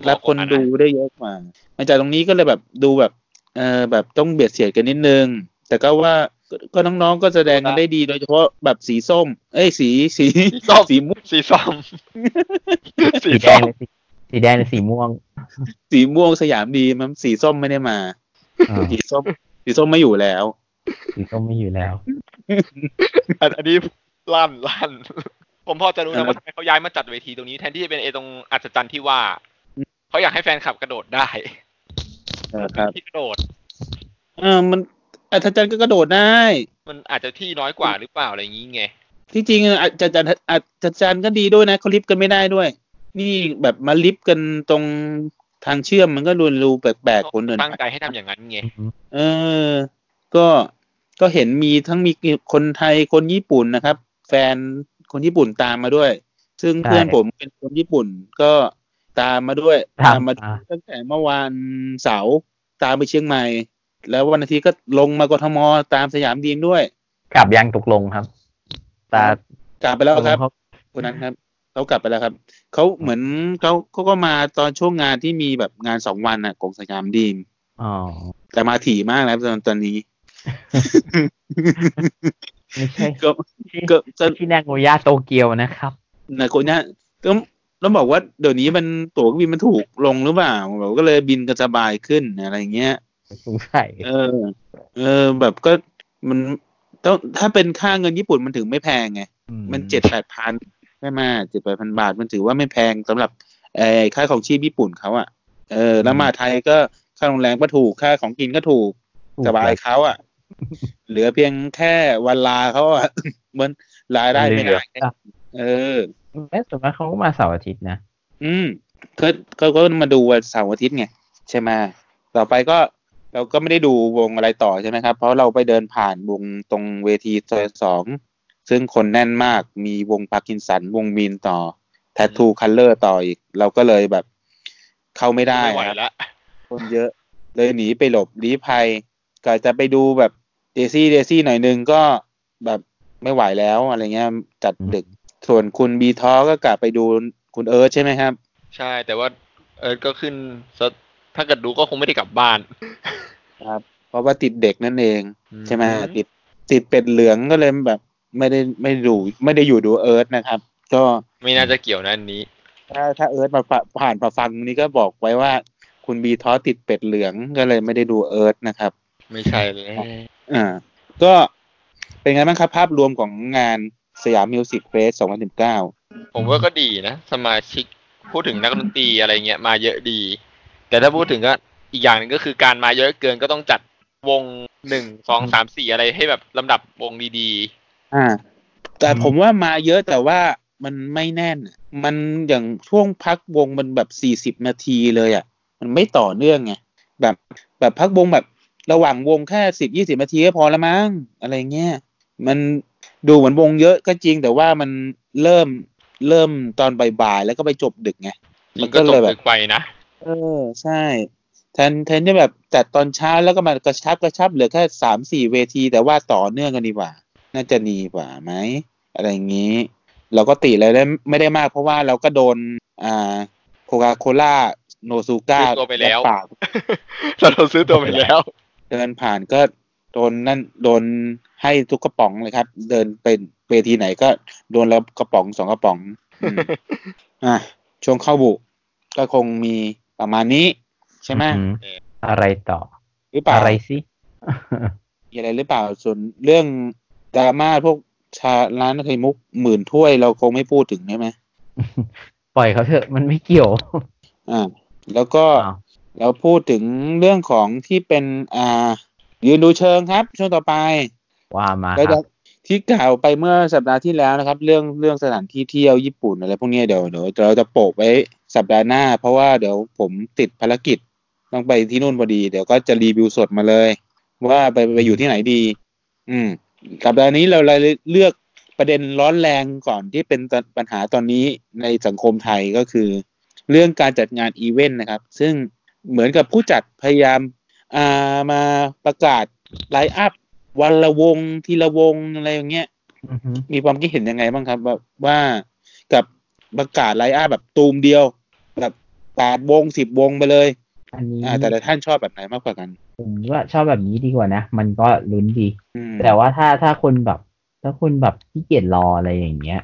Speaker 1: รับคนดูได้เยอะกว่ามาจากตรงนี้ก็เลยแบบดูแบบ เออแบบต้องเบียดเสียดกันนิดนึง แต่ก็ว่าก็ก็น้องๆก็แสดงกันได้ดีโดยเฉพาะแบบสีส้ม เอ้ยสีสี
Speaker 3: สีส้ม
Speaker 1: สีม่วง
Speaker 3: สีส้ม สี
Speaker 2: สีแด
Speaker 3: ส้
Speaker 2: ง
Speaker 3: ม
Speaker 2: หรือสีสีแดงหรือสีม่วง
Speaker 1: สีม่วงสยามดีมันสีส้มไม่ได้มา
Speaker 2: อ่า
Speaker 1: สีส้ม สีส้มไม่อยู่แล้ว
Speaker 2: สีส้มไม่อยู่แล้ว
Speaker 3: อันอันนี้ลั่นลั่น ผมพอจะรู้
Speaker 1: ครั
Speaker 3: นะ
Speaker 1: บ
Speaker 3: ว่าทำไมเขาย้ายมาจัดเวทีตรงนี้แทนที่จะเป็นไอตรงอัศจรรย์ที่ว่า เขาอยากให้แฟนคลับกระโดดได้
Speaker 1: นะครับ
Speaker 3: ที่กระโดด
Speaker 1: เออมันอัธจันทร์ก็กระโดดได้
Speaker 3: มันอาจจะที่น้อยกว่าหรือเปล่าอะไรอย่างนี้ไง
Speaker 1: ที่จริงอะอาจารย์อาจารย์ก็ดีด้วยนะเขาลิฟต์กันไม่ได้ด้วย นี่แบบมาลิฟต์กันตรงทางเชื่อมมันก็รูนรูแปลกๆคนอื่น
Speaker 3: ตั้งใจให้ทำอย่างนั้นไง
Speaker 1: เออ ก็ก็เห็นมีทั้งมีคนไทยคนญี่ปุ่นนะครับ แฟนคนญี่ปุ่นตามมาด้วย ซึ่ง
Speaker 2: ใช่
Speaker 1: เพื่อนผมเป็นคนญี่ปุ่นก็ตามมาด้วย
Speaker 2: ตาม
Speaker 1: ตามมา
Speaker 2: มา
Speaker 1: ตั้งแต่เมื่อวานเสาร์ตามไปเชียงใหม่ แล้ววันอาทิตย์ก็ลงมากทมตามสยามดีมด้วย
Speaker 2: กลับยังตกลงครับ ตาก
Speaker 1: ลับไปแล้วครับ
Speaker 2: ตกงเขา
Speaker 1: คนนั้นครับเขากลับไปแล้วครับเขาเหมือนเขาเขาก็มาตอนช่วงงานที่มีแบบงานสองวันน่ะของสยามดีม
Speaker 2: อ๋อ
Speaker 1: แต่มาถี่มากนะครับตอนตอน นี้
Speaker 2: ไม่ใช่
Speaker 1: ก็ก็ก็
Speaker 2: ที่นางโงยาโตเกียวนะครับ
Speaker 1: นะคนเนี้ยก็ต้องบอกว่าเดี๋ยวนี้มันตั๋วเครื่องบินมันถูกลงหรือเปล่าแบบก็เลยบินกระสบายขึ้นอะไรเงี้ย
Speaker 2: สงสัย
Speaker 1: เออ เออ แบบก็มันต้องถ้าเป็นค่าเงินญี่ปุ่นมันถึงไม่แพงไง มันเจ็ดแปดพันใช่ไหมเจ็ดแปดพันบาท มันถือว่าไม่แพงสำหรับเออค่าของชีพญี่ปุ่นเขาอะ่ะ เออ แล้วมาไทยก็ค่าโรงแรมก็ถูกค่าของกินก็ถูก
Speaker 2: ถูก
Speaker 1: สบายเขา อะ่ะ เหลือเพียงแค่วันลาเขาอะ่ะ เหมือนรายได้ไม่ได้
Speaker 2: อ่ะ
Speaker 1: เออ
Speaker 2: แม้ส่วนมากเขาก็มาเสาร์อาทิตย์นะ
Speaker 1: อืมก็ก็ก็มาดูวันเสาร์อาทิตย์ไงใช่ไหมต่อไปก็เราก็ไม่ได้ดูวงอะไรต่อใช่ไหมครับ เพราะเราไปเดินผ่านวงตรงเวทีซอยสองซึ่งคนแน่นมากมีวงปาร์กินสันวงมีนต่อ แททูคัลเลอร์ต่ออีก เราก็เลยแบบเข้าไม่ได้
Speaker 3: ไม่ไหว
Speaker 1: ครับ
Speaker 3: ละ
Speaker 1: คนเยอะ เลยหนีไปหลบลี้ภัยก็จะไปดูแบบเดซี่เดซี่หน่อยนึงก็แบบ ไม่ไหวแล้วอะไรเงี้ยจัดดึก ส่วนคุณบีท้อก็กลับไปดูคุณเอิร์ธใช่ไหมครับ
Speaker 3: ใช่ แต่ว่าเอิร์ธก็ขึ้นซะถ้าเกิดดูก็คงไม่ได้กลับบ้าน
Speaker 1: เพราะว่าติดเด็กนั่นเอง
Speaker 3: อืม
Speaker 1: ใช่ไหมติดติดเป็ดเหลืองก็เลยแบบไม่ได้ไม่ดูไม่ได้อยู่ดูเอิร์ธนะครับ ก็
Speaker 3: ไม่น่าจะเกี่ยวนะอันนี้
Speaker 1: ถ้าถ้าเอิร์ธมาผ่าผ่านประฟังนี้ก็บอกไว้ว่า คุณบีท้อติดเป็ดเหลืองก็เลยไม่ได้ดูเอิร์ธนะครับ
Speaker 3: ไม่ใช่เลย
Speaker 1: อ่า ก็เป็นไงบ้างครับ ภาพรวมของงานสยามมิวสิกเฟส 2019
Speaker 3: ผมว่าก็ดีนะ สมาชิกพูดถึงนักดนตรีอะไรเงี้ยมาเยอะดี แต่ถ้าพูดถึงก็อีกอย่างหนึงก็คือการมาเยอะเกินก็ต้องจัดวงหนึ่งสองสามสี่อะไรให้แบบลำดับวงดี
Speaker 1: อ่า แต่
Speaker 2: อืม
Speaker 1: ผมว่ามาเยอะแต่ว่ามันไม่แน่นอะมันอย่างช่วงพักวงมันแบบ 40 นาทีเลยอะ่ะ มันไม่ต่อเนื่องไง แบบแบบพักวงแบบระหว่างวงแค่ 10 20 นาทีก็พอละมั้งอะไรเงี้ย มันดูเหมือนวงเยอะก็จริง แต่ว่ามันเริ่มเริ่มตอนบ่ายๆแล้วก็ไปจบดึกไง
Speaker 3: ๆจริงก็ตกดึกไปนะ
Speaker 1: เออใช่แทนแทนที่แบบจัดตอนเช้าแล้วก็มากระชับกระชับเหลือแค่สามสี่เวที แต่ว่าต่อเนื่องกันดีกว่า น่าจะดีกว่าไหมอะไรอย่างนี้ เราก็ติเลยได้ไม่ได้มากเพราะว่าเราก็โดนอ่าโคคาโคล่าโนซูก้า
Speaker 3: ซื้อตัวไปแล้ว
Speaker 1: ปาก
Speaker 3: เราเราซื้อตัวไปแล้ว
Speaker 1: เดินผ่านก็โดนนั่นโดนให้ทุกกระป๋องเลยครับ เดินไปเวทีไหนก็โดนแล้วกระป๋องสองกระป๋องอืมอ่ะช่วงเข้าบุ ก็คงมีประมาณนี้ ใช่ไหม
Speaker 2: อืมอะไรต่อ
Speaker 1: หรือเปล่า
Speaker 2: อะไรสิ
Speaker 1: มีอะไรหรือเปล่า ส่วนเรื่องดราม่าพวกชาร้านไข่มุกหมื่นถ้วยเราคงไม่พูดถึงใช่ไหม
Speaker 2: ปล่อยเขาเถอะมันไม่เกี่ยว
Speaker 1: อ่า แล้วก็
Speaker 2: อ้าว
Speaker 1: เราพูดถึงเรื่องของที่เป็นอ่า ยืนดูเชิงครับ ช่วงต่อไป
Speaker 2: ว่ามาค
Speaker 1: แล้ว
Speaker 2: รั
Speaker 1: จะ
Speaker 2: บ
Speaker 1: ที่กล่าวไปเมื่อสัปดาห์ที่แล้วนะครับ เรื่องเรื่องสถานที่เที่ยวญี่ปุ่นอะไรพวกเนี้ยเดี๋ยวเดี๋ยวเราจะโปะไว้สัปดาห์หน้า เพราะว่าเดี๋ยวผมติดภารกิจต้องไปที่นู่นพอดี เดี๋ยวก็จะรีวิวสดมาเลย ว่าไปไปอยู่ที่ไหนดี อืมสัปดาห์นี้เราเลยเลือกประเด็นร้อนแรงก่อนที่เป็นตอนปัญหาตอนนี้ในสังคมไทยก็คือ เรื่องการจัดงานอีเวนต์นะครับ ซึ่งเหมือนกับผู้จัดพยายามอ่ามาประกาศไลฟ์อัพวันละวงทีละวงอะไรอย่างเงี้ย
Speaker 2: อือฮึ
Speaker 1: มีความคิดเห็นยังไงบ้างครับ ว่าว่ากับประกาศไลฟ์อัพแบบตูมเดียว แบบแปดวงสิบวงไปเลย
Speaker 2: อันนี้
Speaker 1: อ่า แต่ละท่านชอบแบบไหนมากกว่ากัน
Speaker 2: ผมว่าชอบแบบนี้ดีกว่านะ มันก็ลุ้นดี
Speaker 1: อืม
Speaker 2: แต่ว่าถ้าถ้าคนแบบ ถ้าคนแบบขี้เกียจรออะไรอย่างเงี้ย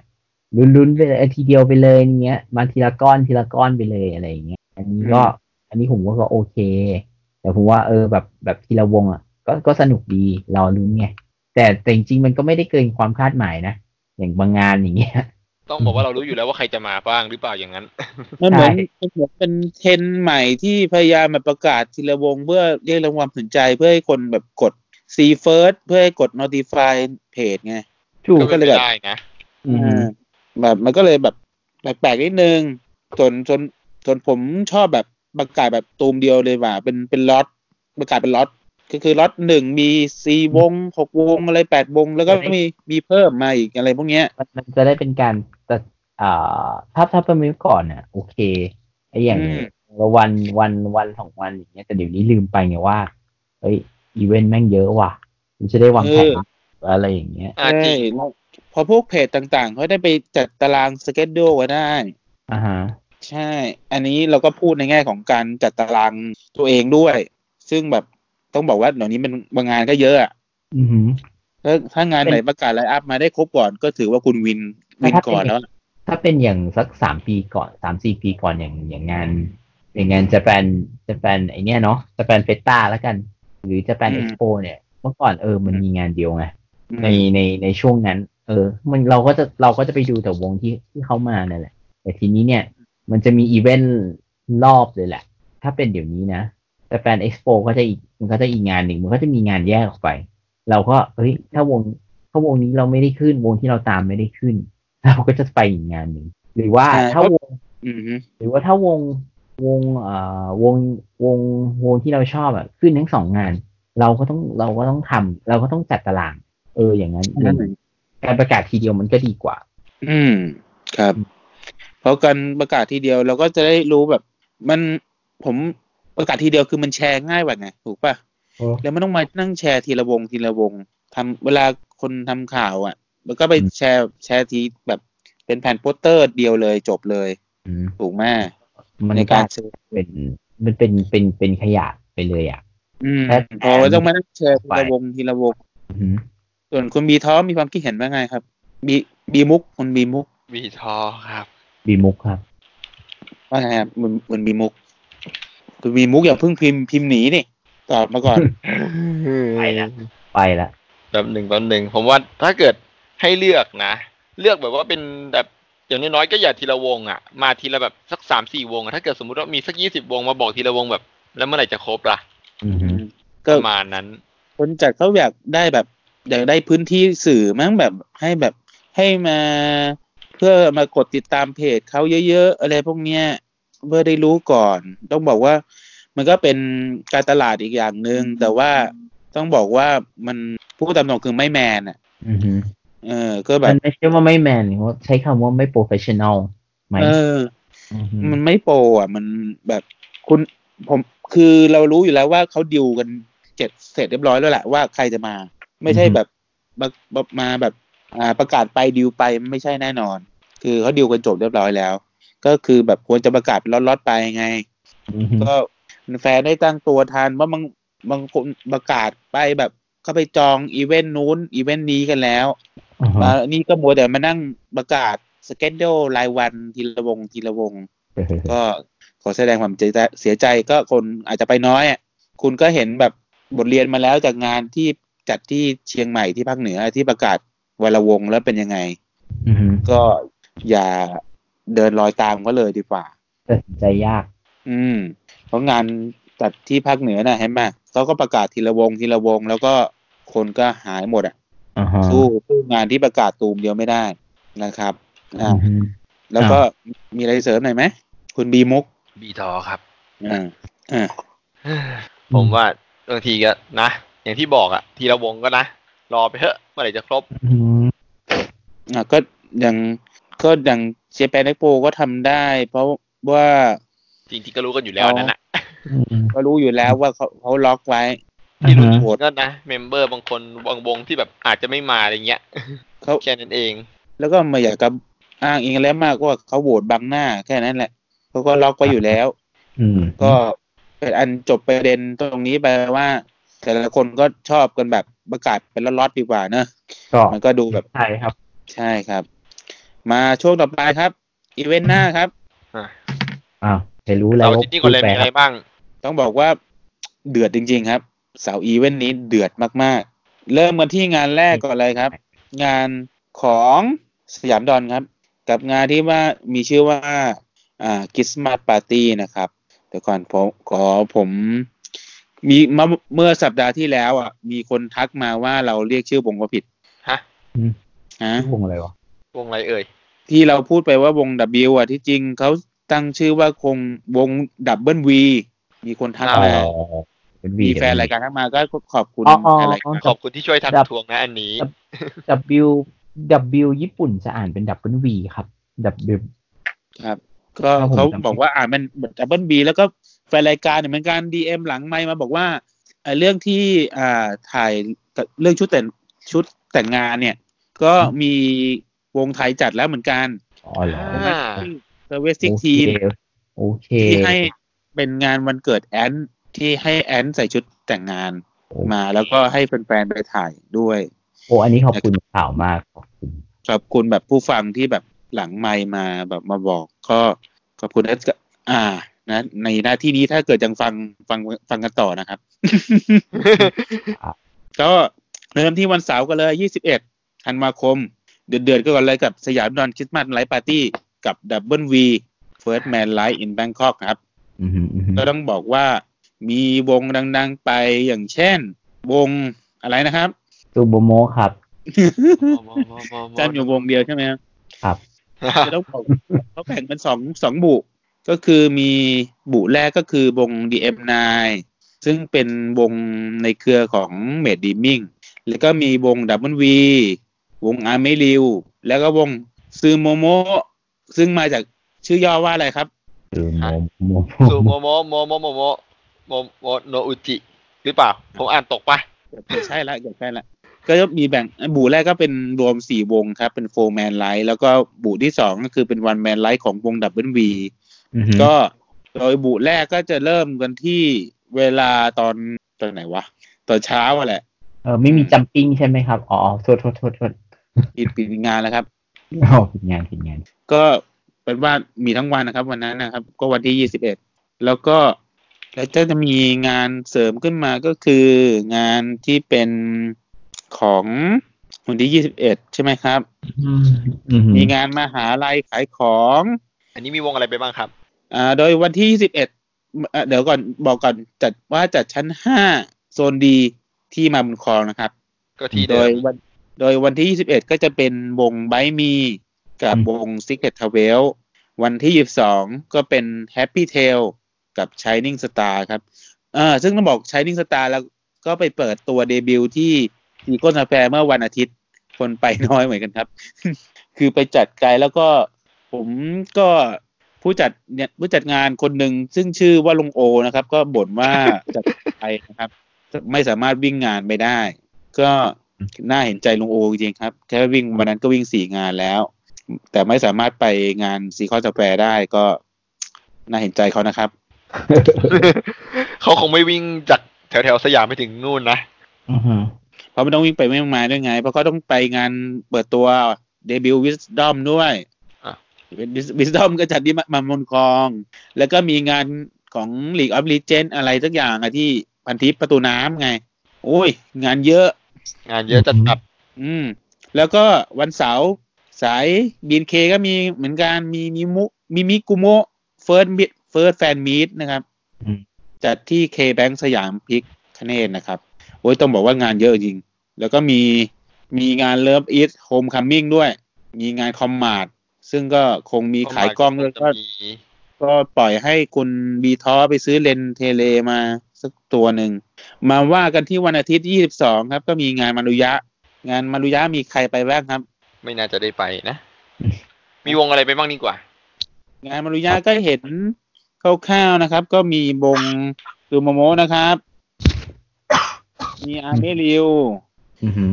Speaker 2: ลุ้นๆไปเลยทีเดียวไปเลยเงี้ย มาทีละก้อนทีละก้อนไปเลยอะไรอย่างเงี้ย อันนี้ก็ อันนี้ผมว่าก็โอเค แต่ผมว่าเออแบบแบบทีละวงอ่ะก็ก็สนุกดีรอลุ้นไงแต่แต่จริงๆมันก็ไม่ได้เกินความคาดหมายนะอย่างบางงานอย่างเงี้ย
Speaker 3: ต้องบอกว่าเรารู้อยู่แล้วว่าใครจะมาบ้างหรือเปล่าอย่างนั้น
Speaker 1: มันเหมือน
Speaker 2: ใช่
Speaker 1: มันเหมือนเป็นเทรนด์ใหม่ที่พยายามมาประกาศทีละวงเพื่อเรียกรางวัลสนใจเพื่อให้คนแบบกด see first เพื่อให้กด notify page ไง
Speaker 2: ถูก
Speaker 3: ก็เป็นไม่ได้นะ
Speaker 2: อืม
Speaker 1: แบบมันก็เลยแบบแปลกๆนิดนึงจนจนจนผมชอบแบบประกาศแบบตูมเดียวเลยว่า เป็นเป็นล็อตประกาศเป็นล็อตก็คือล็อตหนึ่งมีสี่วงหกวงอะไรแปดวง แล้วก็มีมีเพิ่มมาอีกอะไรพวกเนี้ย
Speaker 2: มันมันจะได้เป็นการตัดอ่าถ้าถ้าเป็นมิวก่อนน่ะโอเคไอ้อย่าง
Speaker 1: อืม
Speaker 2: ละวันวันวันสองวันอย่างเงี้ยแต่เดี๋ยวนี้ลืมไปไงว่าเอ้ยอีเวนต์แม่งเยอะว่ะมันจะได้วางแผนอะไรอย่างเงี้ย
Speaker 3: อ่าจริง
Speaker 1: ใช่แล้วพอพวกเพจต่างๆ เขาได้ไปจัดตารางสเก็ตดูไว้ได้
Speaker 2: อ่าฮะ
Speaker 1: ใช่ อันนี้เราก็พูดในแง่ของการจัดตารางตัวเองด้วย ซึ่งแบบต้องบอกว่าเดี๋ยวนี้มันบางงานก็เยอะอะ
Speaker 2: อือหือ
Speaker 1: ถ้าถ้างานไหนประกาศไลน์อัพมาได้ครบก่อนก็ถือว่าคุณวินวินก่อนแล้วล่ะ
Speaker 2: ถ้าเป็นอย่างสักสามปีก่อนสามสี่ปีก่อนอย่างอย่างงาน อย่างงานจะแปนจะแปนไอเนี้ยเนาะจะแปนเฟสตาแล้วกัน หรือจะแปนเอ็กซ์โปเนี่ย เมื่อก่อนเออมันมีงานเดียวไง
Speaker 1: อืม
Speaker 2: ในในในช่วงนั้น เออ มันเราก็จะเราก็จะไปดูแต่วงที่ที่เขามานั่นแหละ แต่ทีนี้เนี่ย มันจะมีอีเวนต์รอบเลยแหละ ถ้าเป็นเดี๋ยวนี้นะ แต่แฟนเอ็กซ์โปก็จะอีกมันก็จะอีกงานหนึ่งมันก็จะมีงานแยกออกไป เราก็เฮ้ยถ้าวงถ้าวงนี้เราไม่ได้ขึ้นวงที่เราตามไม่ได้ขึ้น เราก็จะไปอีกงานหนึ่งหรือว่าถ้าวง
Speaker 1: อืมฮึ
Speaker 2: หรือว่าถ้าวงวงเอ่อวงวงวงที่เราชอบอ่ะขึ้นทั้งสองงาน เราก็ต้องเราก็ต้องทำเราก็ต้องจัดตาราง เอออย่างนั้น
Speaker 1: นั่นเอง
Speaker 2: การประกาศทีเดียวมันก็ดีกว่า
Speaker 1: อืมครับ เพราะการประกาศทีเดียวเราก็จะได้รู้แบบ มันผมประกาศทีเดียวคือมันแชร์ง่ายกว่าไงถูกป่ะ แล้วไม่ต้องมานั่งแชร์ทีละวงทีละวงทำเวลาคนทำข่าวอะ่ะ แล้วก็ไปแชร์แชร์ทีแบบเป็นแผ่นโปสเตอร์เดียวเลยจบเลย
Speaker 2: อืม
Speaker 1: ถูกไหม
Speaker 2: มัน
Speaker 1: ใน
Speaker 2: ก
Speaker 1: การ
Speaker 2: ลาร
Speaker 1: ซื้อ
Speaker 2: เป็นมันเป็นเป็นเป็นขยะไปเลยอ่ะ
Speaker 1: อืม
Speaker 2: แชร์
Speaker 1: พอต้องมานั่งแชร์ที
Speaker 2: ไป
Speaker 1: ละวงทีละวง
Speaker 2: อือหือ
Speaker 1: ส่วนคุณบีท้อมีความคิดเห็นว่าไงครับบีบีมุกคุณบีมุก
Speaker 3: วีทอครับ
Speaker 2: บีมุกครับ
Speaker 1: ว่าไงครับคุณคุณบีมุกคุณบีมุกอย่าเพิ่งพิมพ์พิมพ์หนีนี่ตอบมาก่ อน
Speaker 2: ไปแล้ว ไปละ
Speaker 3: แป๊บหนึ่งแป๊บหนึ่งผมว่าถ้าเกิดให้เลือกนะ เลือกแบบว่าเป็นแบบอย่างน้อยๆก็อย่าทีละวงอ่ะ มาทีละแบบสักสามสี่วงอะถ้าเกิดสมมติว่ามีสักยี่สิบวงมาบอกทีละวงแบบ แล้วเมื่อไหร่จะครบล่ะ
Speaker 2: อือหือ
Speaker 3: ป
Speaker 1: ก็
Speaker 3: ระมาณนั้น
Speaker 1: คนจัดเขาอยากได้แบบอยากได้พื้นที่สื่อมั้งแบบให้แบบให้มาเพื่อมากดติดตามเพจเขาเยอะๆอะไรพวกเนี้ยเพื่อได้รู้ก่อน ต้องบอกว่า มันก็เป็นการตลาดอีกอย่างหนึ่งแต่ว่าต้องบอกว่ามันผู้ตามตรงคือไม่แมนอ่ะ
Speaker 2: อือหือ
Speaker 1: เออ ก็แบ
Speaker 2: มั
Speaker 1: บ
Speaker 2: นไม่ใช่ว่าไม่แมนเขาใช้คำว่าไม่โปรเฟชชั่นอลไหม
Speaker 1: เออ
Speaker 2: อหือ
Speaker 1: มันไม่โปรอ่ะ มันแบบคุณผมคือเรารู้อยู่แล้วว่าเขาดิวกันเจ็ดเสร็จเรียบร้อยแล้วแหละว่าใครจะมา ไม่ใช่แบบมาแบบมาแบบอ่าประกาศไปดิวไปไม่ใช่แน่นอน คือเขาดิวกันจบเรียบร้อยแล้ว ก็คือแบบควรจะประกาศล็อตๆไปไง
Speaker 2: อือหือ
Speaker 1: ก็แฟนได้ตั้งตัวทันว่าบางบางคนประกาศไปแบบเขาไปจองอีเวนต์นู้นอีเวนต์นี้กันแล้ว
Speaker 2: อ่าฮะ
Speaker 1: มานี่ก็มัวแต่มานั่งประกาศสเกจโดรายวันทีละวงทีละวง
Speaker 2: เออ
Speaker 1: ก็ขอแสดงความเสียใจก็คนอาจจะไปน้อยอ่ะคุณก็เห็นแบบบทเรียนมาแล้วจากงานที่จัดที่เชียงใหม่ที่ภาคเหนือที่ประกาศวรวงแล้วเป็นยังไง
Speaker 2: อือหือ
Speaker 1: ก็อย่าเดินรอยตามก็เลยดีกว่า
Speaker 2: ตัดสินใจยาก
Speaker 1: อืม เพราะงานจัดที่ภาคเหนือน่ะเห็นไหมเขาก็ประกาศทีละวงทีละวง แล้วก็คนก็หายหมดอ่ะ
Speaker 2: อ่าฮะ
Speaker 1: สู้สู้งานที่ประกาศตูมเดียวไม่ได้นะครับอ่า
Speaker 2: อือหือ
Speaker 1: แล้วก็มีอะไรเสริมหน่อยไหมคุณบีมุก
Speaker 3: บีทอครับ
Speaker 1: อ่าอ่า
Speaker 3: ผมว่าบางทีก็นะ อย่างที่บอกอะทีละวงก็นะ รอไปเถอะเมื่อไหร่จะครบ
Speaker 2: อืม
Speaker 1: อ่ะก็อย่างก็อย่างเจแปนเอ็กโปก็ทำได้ เพราะว่า
Speaker 3: จริงๆก็รู้กันอยู่แล้วอันนั่นนะ
Speaker 2: อืม
Speaker 1: ก็รู้อยู่แล้วว่าเขาเขาล็อกไว้
Speaker 3: ที่รู้
Speaker 2: อ่าฮะ
Speaker 3: ผลก็นะเมมเบอร์บางคนบางวงที่แบบอาจจะไม่มาอะไรเงี้ย
Speaker 1: เขา
Speaker 3: แค่นั้นเอง
Speaker 1: แล้วก็ไม่อยากกับอ้างอิงอะไรมากก็ว่าเขาโหวตบังหน้าแค่นั้นแหละเขาก็ล็อกไว้อยู่แล้ว
Speaker 2: อืม
Speaker 1: ก็เป็นอันจบประเด็นตรงนี้ไปว่า แต่ละคนก็ชอบกันแบบประกาศเป็นล็อตๆดีกว่าเนอะ
Speaker 2: ก็
Speaker 1: มันก็ดูแบบ
Speaker 2: ใช่ครับ
Speaker 1: ใช่ครับ มาช่วงต่อไปครับ อีเวนต์หน้าครับ
Speaker 2: อ้าวจะรู้แล้ว
Speaker 3: เราที่นี่ก็เลยมีอะไรบ้าง
Speaker 1: ต้องบอกว่าเดือดจริง ๆ ครับ เสาร์อีเวนต์นี้เดือดมากๆ เริ่มมาที่งานแรกก่อนเลยครับ งานของสยามดอนครับ กับงานที่ว่ามีชื่อว่าอ่ากิสมาปาร์ตี้นะครับแต่ก่อนผมขอผมมีเมื่อเมื่อสัปดาห์ที่แล้วอ่ะมีคนทักมาว่าเราเรียกชื่อวงว่าผิด
Speaker 3: ฮะ
Speaker 1: ฮะ
Speaker 2: ชื่อวงอะไรวะ
Speaker 3: วงอะไรเอ่ย
Speaker 1: ที่เราพูดไปว่าวง W อ่ะที่จริงเขาตั้งชื่อว่าคงวงดับเบิลวีมีคนทัก
Speaker 3: อ๋อ
Speaker 1: มา
Speaker 2: เป็น V
Speaker 1: มีแฟนรายการทักมาก็ขอบคุณ
Speaker 2: อ๋ออ๋อ
Speaker 1: แฟนรายการ
Speaker 3: ขอบคุณที่ช่วยทักทวงนะอันนี้
Speaker 2: W W ญี่ปุ่นจะอ่านเป็น W V ครับ W
Speaker 1: ครับ ก็
Speaker 2: ครับผม
Speaker 1: เขา
Speaker 2: จำ
Speaker 1: บอกว่าอ่ามันเหมือนดับเบิลบีแล้วก็แฟนรายการเนี่ยเหมือนกันดีเอ็มหลังไมค์มาบอกว่าเอ่อเรื่องที่อ่าถ่ายกับเรื่องชุดแต่งชุดแต่งงานเนี่ย ก็มีวงไทยจัดแล้วเหมือนกัน
Speaker 2: อ๋อเหรอ
Speaker 3: อ่า
Speaker 1: เซเวสซิก
Speaker 2: โอเค
Speaker 1: ทีม
Speaker 2: โอเค
Speaker 1: ที่ให้เป็นงานวันเกิดแอนที่ให้แอนใส่ชุดแต่งงานมาแล้วก็ให้แฟนๆไปถ่ายด้วย
Speaker 2: โอ้อันนี้ขอบคุณข่าวมากขอบคุณ
Speaker 1: ขอบคุณแบบผู้ฟังที่แบบหลังไมค์มาแบบมาบอก ก็ขอบคุณนะอ่า นะ ในหน้าที่นี้ถ้าเกิดยังฟังฟังฟังกันต่อนะครับ ก็เริ่มที่วันเสาร์กันเลย 21 ธันวาคม เดือดเดือดๆก็ก่อนเลยกับสยามดอนคริสต์มาสไลฟ์ปาร์ตี้กับดับเบิลวีเฟิร์สแมนไลฟ์อินแบงคอกครับ
Speaker 2: อือหืออือหือ
Speaker 1: ก็ต้องบอกว่ามีวงดัง ๆ ไปอย่างเช่น วงอะไรนะครับ
Speaker 2: ซูโบโมครับ
Speaker 1: จันอยู่วงเดียวใช่ไหมครับ จะต้องบอกเขาแบ่งเป็นสองสองบุ ก็คือมีบุแรกก็คือวง DM9 ซึ่งเป็นวงในเครือของเมดดีมิงแล้วก็มีวงดับเบิลวีวงอาร์เมริว แล้วก็วงซือโมโมซึ่งมาจากชื่อย่อว่าอะไรครับ
Speaker 2: ซูโมโม
Speaker 3: สูโมโมโมโมโมโมโมโมโนอุจิหรือเปล่า ผมอ่านตกปะ
Speaker 1: เกือบใช่ละเกือบใช่ละ ก็จะมีแบ่งบูแรกก็เป็นรวมสี่วงครับ เป็นโฟร์แมนไลท์แล้วก็บูที่สองก็คือเป็นวันแมนไลท์ของวงดับเบิลวี
Speaker 2: อือฮึ
Speaker 1: ก็โดยบูแรกก็จะเริ่มกันที่เวลาตอนตอนไหนวะ ตอนเช้าอะแหละ
Speaker 2: เออไม่มีจัมปิ้งใช่ไหมครับ อ๋อโทษโทษโทษโทษ
Speaker 1: ปิดปิดงานแล้วครับ
Speaker 2: อ๋อผิดงานผิดงาน
Speaker 1: ก็เป็นว่ามีทั้งวันนะครับ วันนั้นนะครับ ก็วันที่ยี่สิบเอ็ดแล้วก็แล้วก็จะมีงานเสริมขึ้นมาก็คืองานที่เป็นของวันที่ยี่สิบเอ็ดใช่ไหมครับ
Speaker 2: อืมอืฮึ
Speaker 1: มีงานมหาลัยขายของ
Speaker 3: อันนี้มีวงอะไรไปบ้างครับ
Speaker 1: อ่าโดยวันที่ 21เอ่อเดี๋ยวก่อนบอกก่อนจัดว่าจัดชั้น 5 โซนดีที่มาบุญครองนะครับ
Speaker 3: ก็ที่
Speaker 1: โด
Speaker 3: เดิ
Speaker 1: ย
Speaker 3: ม
Speaker 1: วันโดยวันที่ 21 ก็จะเป็นวงไบมีกับวง Secret t r a v e l วันที่ 22 ก็เป็น Happy Tail กับ Shining Star ครับเออซึ่งต้องบอก Shining Star แล้วก็ไปเปิดตัวเดบิวต์ที่ซีโก้ซาแฟเมื่อวันอาทิตย์ คนไปน้อยเหมือนกันครับ คือไปจัดไกลแล้วก็ผมก็ผู้จัดเนี่ยผู้จัดงานคนหนึ่งซึ่งชื่อว่าลุงโอนะครับ ก็บ่นว่าจัดไปนะครับ ไม่สามารถวิ่งงานไปได้ ก็น่าเห็นใจลุงโอจริงๆครับ แค่วิ่งวันนั้นก็วิ่งสี่งานแล้ว แต่ไม่สามารถไปงานซีคอนสแควร์ได้ก็น่าเห็นใจเขานะครับ
Speaker 3: เขาคงไม่วิ่งจากแถวๆสยามไปถึงนู่นนะ
Speaker 2: อือฮึ
Speaker 1: เพราะไม่ต้องวิ่งไปไม่มากมายด้วยไง เพราะเขาต้องไปงานเปิดตัวเดบิวต์วิสดอมด้วย
Speaker 3: อ่ะ
Speaker 1: วิสดอมก็จัดที่มามามนคลอง แล้วก็มีงานของ League of Legends อะไรสักอย่างอะที่พันทิปประตูน้ำไง โอ้ย งานเยอะ
Speaker 3: งานเยอะจัดตับ
Speaker 1: อืม แล้วก็วันเสาร์สายบีนเคก็มีเหมือนกันมีมิมุมิมิกุโมเฟิร์สมิเฟิร์สแฟนมีดนะครับ
Speaker 2: อืม
Speaker 1: จัดที่เคแบงสยามพิกคเนตนะครับ โอ้ยต้องบอกว่างานเยอะจริง แล้วก็มีมีงานเลิฟอีทโฮมคัมมิ่งด้วย มีงานคอมมารดซึ่งก็คงมีขายกล้องด้วย
Speaker 3: จะ
Speaker 1: ก็
Speaker 3: มี
Speaker 1: ก็ปล่อยให้คุณบีท้อไปซื้อเลนส์เทเลมาสักตัวหนึ่ง มาว่ากันที่วันอาทิตย์ 22 ครับ ก็มีงานมารุยะ งานมารุยะมีใครไปบ้างครับ
Speaker 3: ไม่น่าจะได้ไปนะ มีวงอะไรไปบ้างดีกว่า
Speaker 1: งานมารุยะก็เห็นคร่าวๆนะครับ ก็มีบงซูโมโมะนะครับ มีอาร์เมริว
Speaker 2: อือฮึ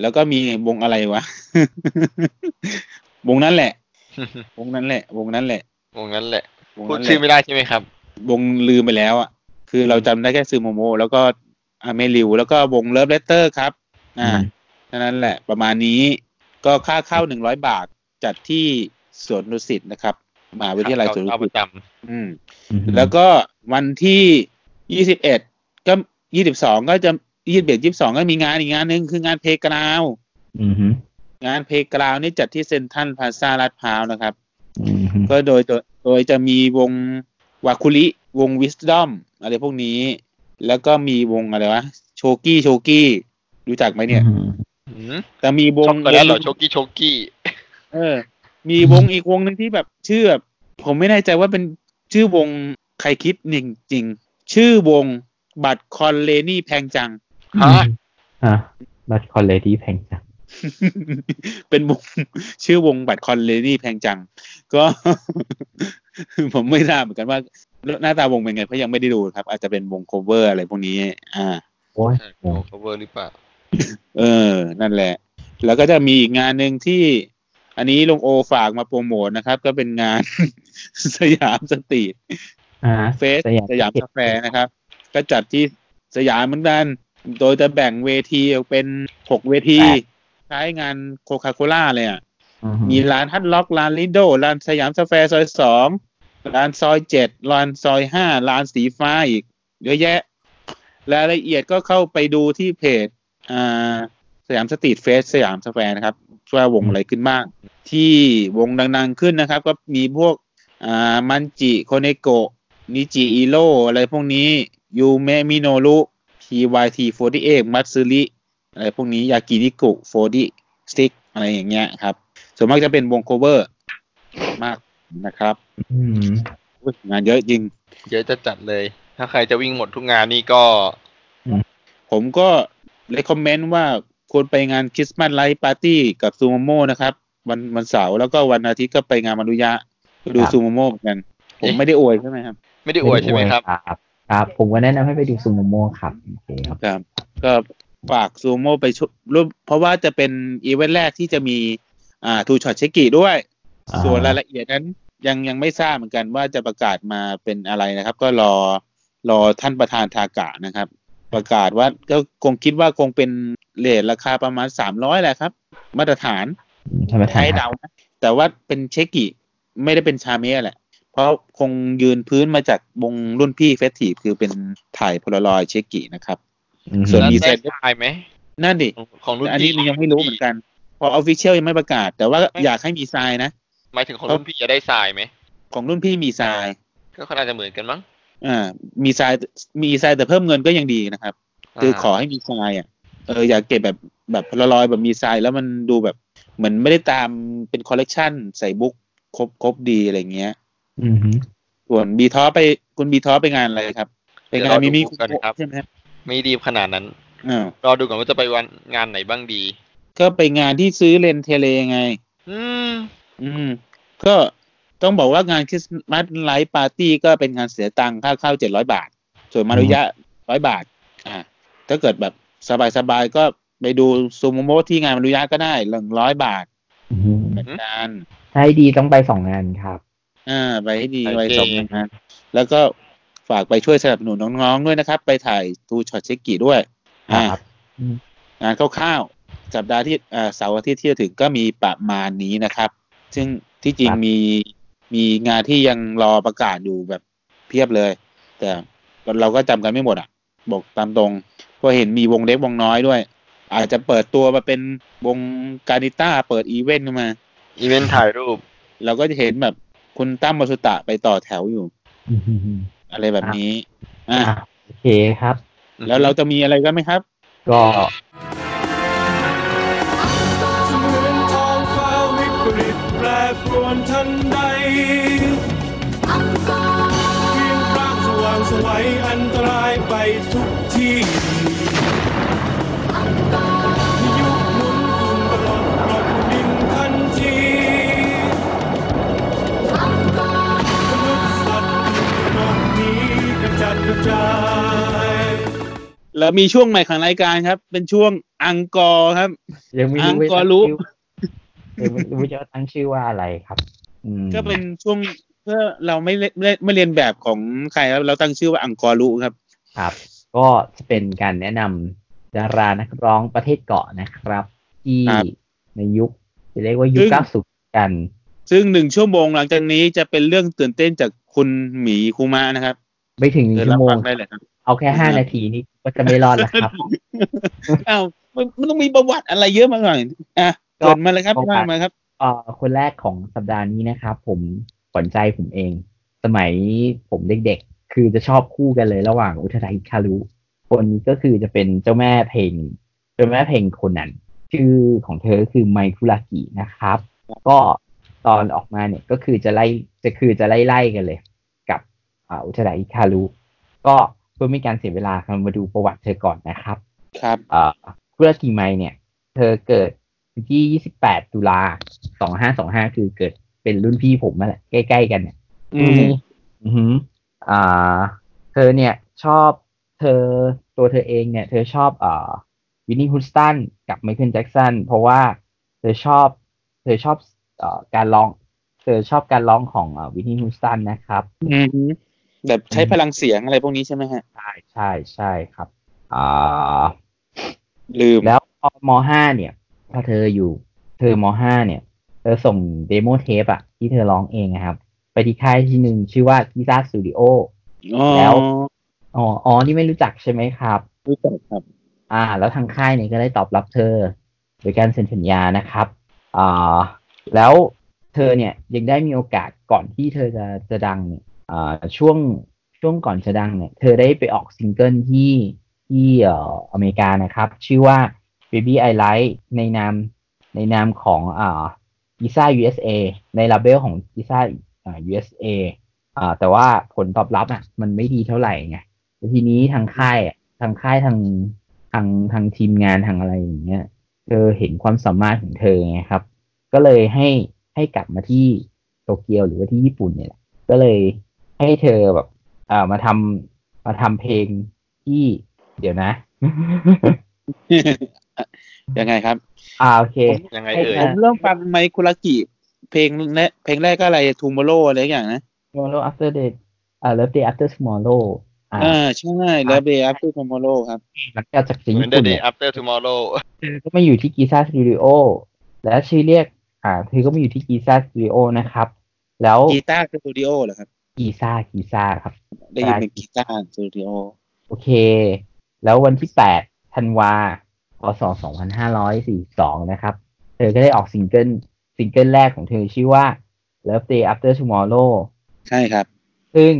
Speaker 1: แล้วก็มีวงอะไรวะ วงนั้นแหละ วงนั้นแหละ วงนั้นแหละ
Speaker 3: วงนั้นแหละ
Speaker 1: วง
Speaker 3: พูด
Speaker 1: นั้นแห
Speaker 3: ชื่อ
Speaker 1: ละ
Speaker 3: ไม่ได้ใช่ไหมครับ
Speaker 1: วงลืมไปแล้วอ่ะ คือเราจำได้แค่ซูโมโมะแล้วก็อาเมริว แล้วก็วงเลิฟเลตเตอร์ครับ อ่า นั่นแหละ ประมาณนี้ก็ค่าเข้าหนึ่งร้อยบาทจัดที่สวนดุสิตนะครับมหาวิทยาลัยสวนดุ
Speaker 3: เอาป
Speaker 1: สิต
Speaker 3: ระจ
Speaker 1: อืม
Speaker 2: อือฮึ
Speaker 1: แล้วก็วันที่ยี่สิบเอ็ดก็ยี่สิบสองก็จะยี่สิบเอ็ดยี่สิบสองก็มีงานอีกงานหนึ่งคืองานเพลกราว
Speaker 2: อือฮึ
Speaker 1: งานเพลกราวนี่จัดที่เซ็นทรัลพลาซาลาดพร้าวนะครับ
Speaker 2: อือฮึ
Speaker 1: ก็โดยโดยโดยจะมีวงวาคุริวงวิส d อมอะไรพวกนี้ แล้วก็มีวงอะไรวะโชกี้โชกี้รู้จักไหมเนี่ย
Speaker 2: อือฮึ
Speaker 3: ำหืม
Speaker 1: แต่มีวง
Speaker 3: ช็อกโกแลตเหรอโชกี้โชกี้
Speaker 1: เออ มีวงอีกวงหนึ่งที่แบบชื่อแบบผมไม่แน่ใจว่าเป็นชื่อวงใครคิดจริงจริงๆชื่อวงบัตรคอนเลนี่แพงจัง
Speaker 3: ฮะ
Speaker 2: ฮะบัตรคอนเลดี้แพงจัง
Speaker 1: เป็นวงชื่อวงบัตรคอนเลนี่แพงจัง ก็ ผมไม่ทราบเหมือนกันว่า หน้าตาวงเป็นไงเพราะยังไม่ได้ดูครับ อาจจะเป็นวงโคเวอร์อะไรพวกนี้ อ่า
Speaker 2: โอ้ย
Speaker 3: โอ้ cover หรือเปล่า
Speaker 1: เออ นั่นแหละ แล้วก็จะมีอีกงานหนึ่งที่ อันนี้ลงโอฝากมาโปรโมทนะครับ ก็เป็นงาน สยามสตรีท
Speaker 2: อ่า
Speaker 1: เฟสสยามสแควร์นะครับ ก็จัดที่สยามเหมือนกัน โดยจะแบ่งเวทีออกเป็นหกเวที ใช้งานโคคาโคล่าเลยอ่ะ
Speaker 2: อือฮึ
Speaker 1: มีร้านฮัทล็อก ร้านลิโดร้านสยามสแควร์ซอยสองร้านซอยเจ็ดร้านซอยห้าร้านสีฟ้าอีก เยอะแยะ รายละเอียดก็เข้าไปดูที่เพจอ่าสยามสตรีทเฟสสยามสแควร์นะครับ ว่าวงอะไรขึ้นบ้าง ที่วงดังๆขึ้นนะครับ ก็มีพวกอ่ามันจิโคเนโกะนิจิอิโรอะไรพวกนี้ยูเมมิโนรุ TYT48 มัตสึริอะไรพวกนี้ยากินิกุ40ซิกอะไรอย่างเงี้ยครับ ส่วนมากจะเป็นวงโคเวอร์ มากนะครับ
Speaker 2: อืม
Speaker 1: อุ๊ยงานเยอะจริง
Speaker 3: เยอะจะจัดเลย ถ้าใครจะวิ่งหมดทุกงานนี่ก็
Speaker 1: ผมก็เลยคอมเมนต์ว่าควรไปงานคริสต์มาสไลท์ปาร์ตี้กับซูโมโมนะครับ วันวันเสาร์แล้วก็วันอาทิตย์ก็ไปงานมารุยะไปดูซูโมโมเหมือนกัน ผมไม่ได้อวยใช่ไหมครับ
Speaker 3: ไม่ได้อวยใช่ไหมครับ
Speaker 2: ครับ ครับ ผมก็แนะนำให้ไปดูซูโมโม่ครับโอเคครับ
Speaker 1: ครับ ก็ ฝากซูโม่ไปช่วยร่วมเพราะว่าจะเป็นอีเวนต์แรกที่จะมีอ่าทูช็อตเชกิด้วย
Speaker 2: อ่า
Speaker 1: ส่วนรายละเอียดนั้นยังยังไม่ทราบเหมือนกันว่าจะประกาศมาเป็นอะไรนะครับ ก็รอรอท่านประธานทากะนะครับ ประกาศว่าก็คงคิดว่าคงเป็นเลทราคาประมาณสามร้อยแหละครับ มาตรฐาน
Speaker 2: ท่านประธาน
Speaker 1: ให้
Speaker 2: ครับ
Speaker 1: เดานะแต่ว่าเป็นเชกิไม่ได้เป็นชาเมะแหละ เพราะคงยืนพื้นมาจากวงรุ่นพี่เฟสทีฟคือเป็นถ่ายโพลารอยด์เชกินะครับ
Speaker 2: อืม
Speaker 1: ส่วน
Speaker 3: แล้ว
Speaker 1: มี
Speaker 3: ได้
Speaker 1: เซ็ต
Speaker 3: ทายไหม
Speaker 1: นั่นดิ
Speaker 3: ของรุ่น
Speaker 1: อันนี้
Speaker 3: พี่
Speaker 1: ยังไม่รู้เหมือนกัน พอออฟฟิเชียลยังไม่ประกาศ แต่ว่าอยากให้มีทรายนะ
Speaker 3: หมายถึงของรุ่นพี่จะได้ทรายไหม
Speaker 1: ของรุ่นพี่มีทราย
Speaker 3: ก็น่าจะเหมือนกันมั้ง
Speaker 1: อ่ามีทรายมีทรายแต่เพิ่มเงินก็ยังดีนะครับ คือขอให้มีทรายอ่ะเอออยากเก็บแบบแบบพลารอยแบบมีทรายแล้วมันดูแบบเหมือนไม่ได้ตามเป็นคอลเลกชันใส่บุ๊กครบครบดีอะไรเงี้ย
Speaker 2: อืมฮึ
Speaker 1: ส่วนบีท้อไปคุณบีท้อไปงานอะไรครับ ไปงานมิมิคุ
Speaker 3: กันครับ
Speaker 1: โกะใช่ไหมครับ
Speaker 3: ไม่รีบขนาดนั้น
Speaker 1: อ่าว
Speaker 3: รอดูก่อนว่าจะไปวันงานไหนบ้างดี
Speaker 1: ก็ไปงานที่ซื้อเลนส์เทเลไง
Speaker 3: อืม
Speaker 1: อืม ก็ต้องบอกว่างานคริสต์มาสไลท์ปาร์ตี้ก็เป็นงานเสียตังค่าเข้าเจ็ดร้อยบาท ส่วนมารุยะร้อยบาท อ่า ถ้าเกิดแบบสบายๆก็ไปดูซูโมโมะที่งานมารุยะก็ได้หนึ่งร้อยบาท
Speaker 2: อือฮึ
Speaker 1: เหมือนกัน
Speaker 2: ถ้าให้ดีต้องไปสองงานครับ
Speaker 1: อ่าไปให้ดี
Speaker 3: โอเค
Speaker 1: ไปสมงานแล้วก็ฝากไปช่วยสนับสนุนน้องๆด้วยนะครับ ไปถ่ายทูช็อตเช็กกี้ด้วย อ่า
Speaker 2: ครับ
Speaker 1: งานคร่าวๆสัปดาห์ที่เอ่อเสาร์อาทิตย์ที่จะถึงก็มีประมาณนี้นะครับ ซึ่งที่จริง
Speaker 2: ครับ
Speaker 1: มีมีงานที่ยังรอประกาศอยู่แบบเพียบเลย แต่เราก็จำกันไม่หมดอ่ะ บอกตามตรงเพราะเห็นมีวงเล็กวงน้อยด้วย อาจจะเปิดตัวมาเป็นวงการิต้าเปิดอีเวนต์ขึ้นมา
Speaker 3: อีเวนต์ถ่ายรูป
Speaker 1: เราก็จะเห็นแบบคุณตั้มมาสุตะไปต่อแถวอยู่
Speaker 2: อือฮึ
Speaker 1: อะไรแบบนี้อ่ะ
Speaker 2: อ่ะโอเคครับ
Speaker 1: แล้วเราจะมีอะไรกันไหมครับ
Speaker 2: ก็
Speaker 4: เหมือนท้องฟ้าวิปริตแปรปรวนทันใดเพียงพระสว่างไสวัยอันตรายไปทุกที่ยุคหมุนตุนตลอดปลดดินทันทีมนุษย์สัตว์ตื่นตระหนกหนี้กระจัดกระจาย
Speaker 1: เรามีช่วงใหม่ของรายการครับ เป็นช่วงอังกอร์ครับ
Speaker 2: ยังไม่
Speaker 1: อั
Speaker 2: รู้
Speaker 1: งกอ
Speaker 2: ว่า
Speaker 1: ร์
Speaker 2: จะ
Speaker 1: รู้
Speaker 2: ยังไม่รู้จะตั้งชื่อว่าอะไรครับ อืม
Speaker 1: ก็เป็นช่วงเพื่อเราไม่เล่นไม่ไม่เรียนแบบของใครครับเราตั้งชื่อว่าอังกอรุครับ
Speaker 2: ครับ ก็จะเป็นการแนะนำดารานักร้องประเทศเกาะนะครับ ที่
Speaker 1: ครับ
Speaker 2: ในยุคจะเรียกว่ายุค
Speaker 1: ซึ่ง
Speaker 2: เก้าสิบกัน
Speaker 1: ซึ่งหนึ่งชั่วโมงหลังจากนี้จะเป็นเรื่องตื่นเต้นจากคุณหมีคูมานะครับ
Speaker 2: ไม่ถึงหนึ่ง
Speaker 1: เชิญ
Speaker 2: ชั่
Speaker 1: รับ
Speaker 2: วโม
Speaker 1: ฟั
Speaker 2: ง
Speaker 1: งได้เลยครับ
Speaker 2: เอาแค่ห้า
Speaker 1: ครับ
Speaker 2: นาทีนี้ก็จะไม่รอดแล้วครับ
Speaker 1: อ้าวมันมันต้องมีประวัติอะไรเยอะมากหน่อยอ่ะ
Speaker 2: ก็
Speaker 1: เกิดมาเลยครับ
Speaker 2: ประวั
Speaker 1: ว่า
Speaker 2: ติ
Speaker 1: มาครับ
Speaker 2: เอ่อคนแรกของสัปดาห์นี้นะครับ ผมขวัญใจผมเอง สมัยผมเด็กๆ คือจะชอบคู่กันเลยระหว่างอุทัยคารุ คนนี้ก็คือจะเป็นเจ้าแม่เพลง เจ้าแม่เพลงคนนั้น ชื่อของเธอคือไมคุรากินะครับ ก็ตอนออกมาเนี่ยก็คือจะไล่จะคือจะไล่ไล่ๆกันเลย กับอ่าอุทัยคารุ ก็เพื่อไม่ให้การเสียเวลาครับมาดูประวัติเธอก่อนนะครับ
Speaker 1: ครับ
Speaker 2: เอ่อคุรากิไมเนี่ย เธอเกิดวันที่ 28 ตุลา 2525 คือเกิดเป็นรุ่นพี่ผมนั่นแหละใกล้ ๆ กันเนี่ย
Speaker 1: อืม
Speaker 2: อือหืออ่า เธอเนี่ยชอบเธอตัวเธอเองเนี่ย เธอชอบเอ่อวินนี่ฮุสตันกับไมเคิลแจ็กสันเพราะว่าเธอชอบ เธอชอบเอ่อการร้อง เธอชอบการร้องของวินนี่ฮุสตันนะครับ
Speaker 1: อืมแบบใช้พลังเสียงอะไรพวกนี้ใช่ไหมฮะ
Speaker 2: ใช่ใช่ใช่ครับอ่า
Speaker 1: ลืม
Speaker 2: แล้วพอมห้าเนี่ย พอเธออยู่ เธอมห้าเนี่ย เธอส่งเดโมเทปอะที่เธอร้องเองนะครับ ไปที่ค่ายที่หนึ่งชื่อว่ากีซ่าสตูดิโอ
Speaker 1: อ๋อ
Speaker 2: แล้ว อ๋ออ๋อ นี่ไม่รู้จักใช่ไหมครับ
Speaker 1: รู้จักครับ
Speaker 2: อ่า แล้วทางค่ายเนี่ยก็ได้ตอบรับเธอ โดยการเซ็นสัญญานะครับ อ่า แล้วเธอเนี่ยยังได้มีโอกาสก่อนที่เธอจะจะดังเนี่ยอ่าช่วงช่วงก่อนจะดังเนี่ย เธอได้ไปออกซิงเกิลที่ที่เอ่ออเมริกานะครับ ชื่อว่า Baby I Like ในนามในนามของอ่า i s a USA ในลาเบลของ i s a อ่า USA อ่าแต่ว่าผลตอบรับอ่ะมันไม่ดีเท่าไหร่ไงแล้วทีนี้ทางค่ายอ่ะทางค่ายทางทางทางทีมงานทางอะไรอย่างเงี้ย เธอเห็นความสามารถของเธอไงครับ ก็เลยให้ให้กลับมาที่โตเกียวหรือว่าที่ญี่ปุ่นเนี่ยแหละก็เลยให้เธอแบบเอ่อมาทำมาทำเพลงที่เดี๋ยวนะ
Speaker 1: ยังไงครับ
Speaker 2: อ่าโอเค
Speaker 3: ยังไง
Speaker 2: ให้
Speaker 3: เอ่ย
Speaker 1: ผ
Speaker 2: ผม ม
Speaker 1: เริ่มฟังไมคุรากิเพลงแรกเพลงแรกก็อะไรทูมโรอะไรอย่างนะ
Speaker 2: tomorrow after day อ่า love day after tomorrow อ่า
Speaker 1: อ่าใช่แล้วเบรฟทูมโรครับ
Speaker 2: หลังจากจากญี่
Speaker 3: เหมือน The
Speaker 2: ปุ่น
Speaker 3: Day
Speaker 2: เนี่ย
Speaker 3: After Tomorrow
Speaker 2: ก็มาอยู่ที่กีซ่าสตูดิโอและชื่อเรียก อ่าเธอก็มาอยู่ที่กีซ่าสตูดิโอนะครับ แล้ว
Speaker 1: กีตาร์สตูดิโอเหรอครับ
Speaker 2: กีซ่ากีซ่าครับ
Speaker 1: ได้ยินเป็นกีตาร์สตูดิโอ
Speaker 2: โอเค แล้ววันที่ 8 ธันวาพศ2542 นะครับ เธอก็ได้ออกซิงเกิลซิงเกิลแรกของเธอชื่อว่า Love Day After Tomorrow
Speaker 1: ใช่ครับ
Speaker 2: ซึ่ง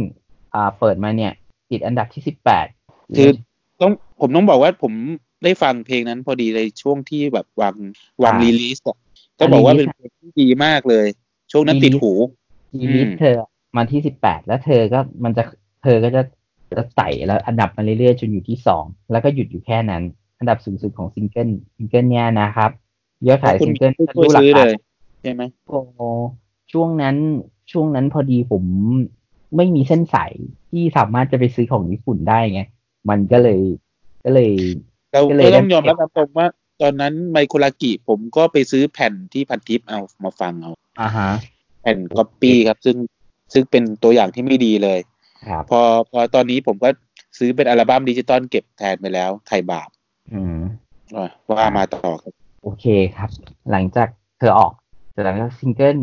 Speaker 2: อ่าเปิดมาเนี่ย ติดอันดับที่ 18
Speaker 1: คือ ต้องผมต้องบอกว่าผมได้ฟังเพลงนั้นพอดีในช่วงที่แบบวางวาง
Speaker 2: อ่า
Speaker 1: รีลีสอะก็บอกว่า
Speaker 2: อันนี้
Speaker 1: เป็นเพลงที่ดีมากเลย ช่วงนั้น
Speaker 2: ดี
Speaker 1: ติดหู
Speaker 2: ทีนี้เธอมาที่ 18 แล้วเธอก็มันจะเธอก็จะจะไต่แล้วอันดับมาเรื่อยๆ จนอยู่ที่ 2 แล้วก็หยุดอยู่แค่นั้น อันดับสูงสุดของซิงเกิลซิงเกิลเนี้ยนะครับยอดขาย
Speaker 1: คุณ
Speaker 2: ซิงเกิล
Speaker 1: ช่วย
Speaker 2: หลั
Speaker 1: ซื้อ
Speaker 2: ล้า
Speaker 1: เล
Speaker 2: น
Speaker 1: ย ใช่ไหม
Speaker 2: โอ้ช่วงนั้นช่วงนั้นพอดีผมไม่มีเส้นสายที่สามารถจะไปซื้อของญี่ปุ่นได้ไง มันก็เลยก็เลย
Speaker 1: เรา
Speaker 2: ก็เลย
Speaker 1: ก็
Speaker 2: ได้
Speaker 1: ต้องยอมรับตรงว่า ตอนนั้นไมโครลากิผมก็ไปซื้อแผ่นที่พันทิปเอามาฟังเอา
Speaker 2: อ่าฮะ
Speaker 1: แผ่นก๊อปปี้ครับ ซึ่งซึ่งเป็นตัวอย่างที่ไม่ดีเลย
Speaker 2: ครับ
Speaker 1: พอพอตอนนี้ผมก็ซื้อเป็นอัลบั้มดิจิตอลเก็บแทนไปแล้วไทยบาป
Speaker 2: อืม
Speaker 1: อ่ะว่ามาต่อครับ
Speaker 2: โอเคครับ หลังจากเธอออกหลังจากซิงเกิล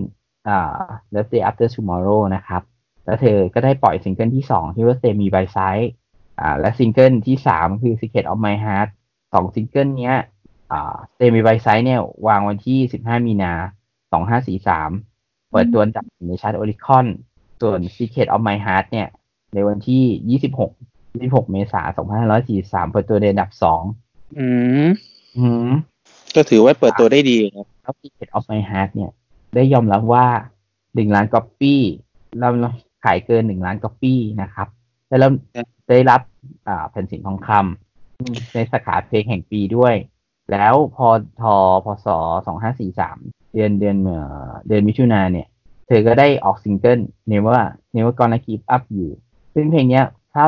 Speaker 2: อ่า Love Day After Tomorrow นะครับ แล้วเธอก็ได้ปล่อยซิงเกิลที่ 2 ที่ว่า Stay Me By Side อ่าและซิงเกิลที่ 3 คือ Secret of My Heart สองซิงเกิลเนี้ยอ่า Stay Me By Side เนี่ยวางวันที่ 15 มีนา 2543 เปิดตัวอันดับหนึ่งในชาร์ตโอริคอน ส่วน Secret of My Heart เนี่ย ในวันที่ 26 26 เมษายน2543 เปิดตัวในอันดับ 2
Speaker 1: อืม
Speaker 2: อืม
Speaker 1: ก็ถือว่าเปิดตัวได้ดีครับ
Speaker 2: แล้ว Secret of My Heart เนี่ย ได้ยอมรับว่าหนึ่งล้านก๊อปปี้เราขายเกินหนึ่งล้านก๊อปปี้นะครับได้รับ
Speaker 1: ครับ
Speaker 2: ได้รับอ่าแผ่นเสินทองคำในสาขาเพลงแห่งปีด้วย แล้วพอทอพศสองห้าสี่สามเดือนเดือนเอ่อเดือนมิถุนาเนี่ย เธอก็ได้ออกซิงเกิล Never Never Gonna Give Up อยู่ ซึ่งเพลงเนี้ยถ้า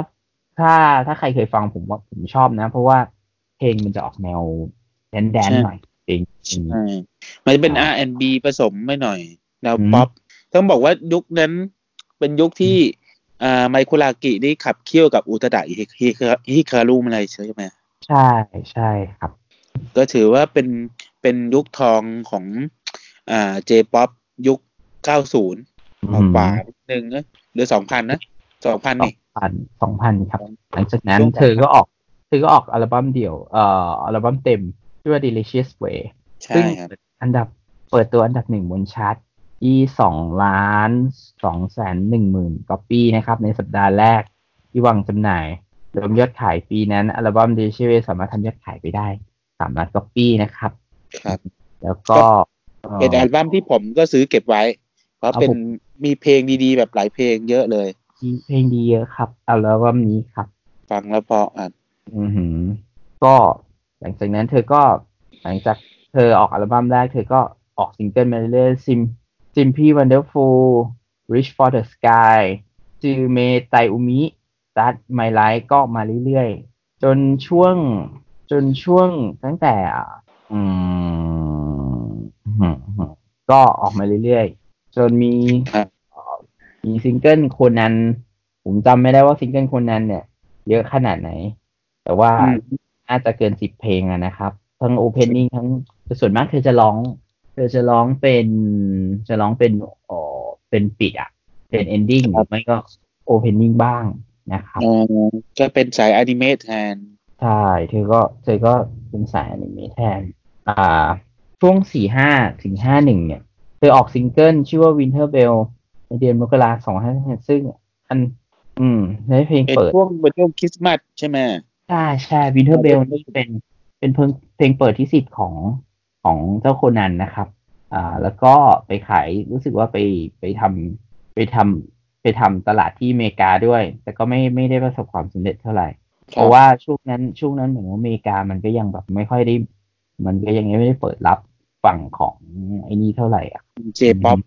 Speaker 2: ถ้าถ้าใครเคยฟังผมว่าผมชอบนะ เพราะว่าเพลงมันจะออกแนวแดนแดนๆหน่อยเพลงเพลง
Speaker 1: ใช่มันจะเป็น
Speaker 2: ครับ
Speaker 1: R&B ผสมไม่หน่อยแนว
Speaker 2: อืม
Speaker 1: ป๊อปต้องบอกว่ายุคนั้นเป็นยุคที่อ่าไมโครลากินี่ขับเคี่ยวกับอุตดะฮิฮิฮิคารุอะไรใช่ไหม
Speaker 2: ใช่ใช่ครับ
Speaker 1: ก็ถือว่าเป็นเป็นยุคทองของอ่าเจป๊อปยุค 90 ออกกว่านิดนึงนะหรือ 2,000 นะ 2,000 นี่
Speaker 2: พันสองพันครับ หลังจากนั้น
Speaker 1: ช่วง
Speaker 2: เธอก็ออก เธอก็ออกอัลบั้มเดี่ยวเอ่ออัลบั้มเต็มชื่อว่า Delicious Way
Speaker 1: ใช่
Speaker 2: ซึ่ง
Speaker 1: ครับ
Speaker 2: อันดับเปิดตัวอันดับหนึ่งบนชาร์ตที่สองล้านสองแสนหนึ่งหมื่นก๊อปปี้นะครับ ในสัปดาห์แรกที่วางจำหน่ายรวมยอดขายปีนั้น อัลบั้ม Delicious Way สามารถทำยอดขายไปได้สามล้านก๊อปปี้นะครับ
Speaker 1: ครับ
Speaker 2: แล้วก็อ่อ
Speaker 1: เป็นอัลบั้มที่ผมก็ซื้อเก็บไว้ เพราะ
Speaker 2: ครับ
Speaker 1: เป็น
Speaker 2: ผม
Speaker 1: มีเพลงดีๆ แบบหลายเพลงเยอะเลย
Speaker 2: มีเพลงดีเยอะครับ อัลบั้มนี้ครับ
Speaker 1: ฟังแล้วเพออ่ะ
Speaker 2: อือหือ ก็หลังจากนั้นเธอก็หลังจากเธอออกอัลบั้มแรก เธอก็ออกซิงเกิลมาเรื่อยๆซิมซิมพี่วันเดอร์ฟูล Reach for the Sky จือเมไตอุมิ Start My Life ก็ออกมาเรื่อยๆ จนช่วงจนช่วงตั้งแต่อ่ะอืมอื้อหืออื้อหือก็ออกมาเรื่อยๆ จนมี
Speaker 1: ครับ
Speaker 2: มีซิงเกิลโคนนั้น ผมจำไม่ได้ว่าซิงเกิลโคนนั้นเนี่ย เยอะขนาดไหน แต่ว่า
Speaker 1: อืม
Speaker 2: น่าจะเกินสิบเพลงอะนะครับ ทั้งโอเพนนิ่งทั้งแต่ส่วนมากเธอจะร้อง เธอจะร้องเป็นจะร้องเป็นเอ๋อเป็นปิดอะเป็นเอนดิ้งหรือไม่ก็โอเพนนิ่งบ้างนะครับ
Speaker 1: เอ่อก็เป็นสายอนิเมะแทน
Speaker 2: ใช่ เธอก็เธอก็เป็นสายอนิเมะแทน อ่า ช่วงสี่ห้าถึงห้าหนึ่งเนี่ย เธอออกซิงเกิลชื่อว่า Winter Bell ในเดือนมกราสองห้าซึ่งอัน อืม ในเพลง
Speaker 1: เป็น
Speaker 2: เปิด
Speaker 1: ช่วงเป็นช่วงคริสต์มาสใช่ไหม
Speaker 2: ใช่ใช่ Winter Bell นี่เป็นเป็นเพลงเพลงเปิดที่สิบของของเจ้าโคนันนะครับ อ่า แล้วก็ไปขายรู้สึกว่าไปไปทำไปทำไปทำตลาดที่อเมริกาด้วย แต่ก็ไม่ไม่ได้ประสบความสำเร็จเท่าไหร่
Speaker 1: ครับ
Speaker 2: เพราะว่าช่วงนั้นช่วงนั้นเหมือนว่าอเมริกามันก็ยังแบบไม่ค่อยได้ มันก็ยังไม่ได้เปิดรับฝั่งของไอ้นี่เท่าไหร่อ่ะ
Speaker 1: เจป๊อป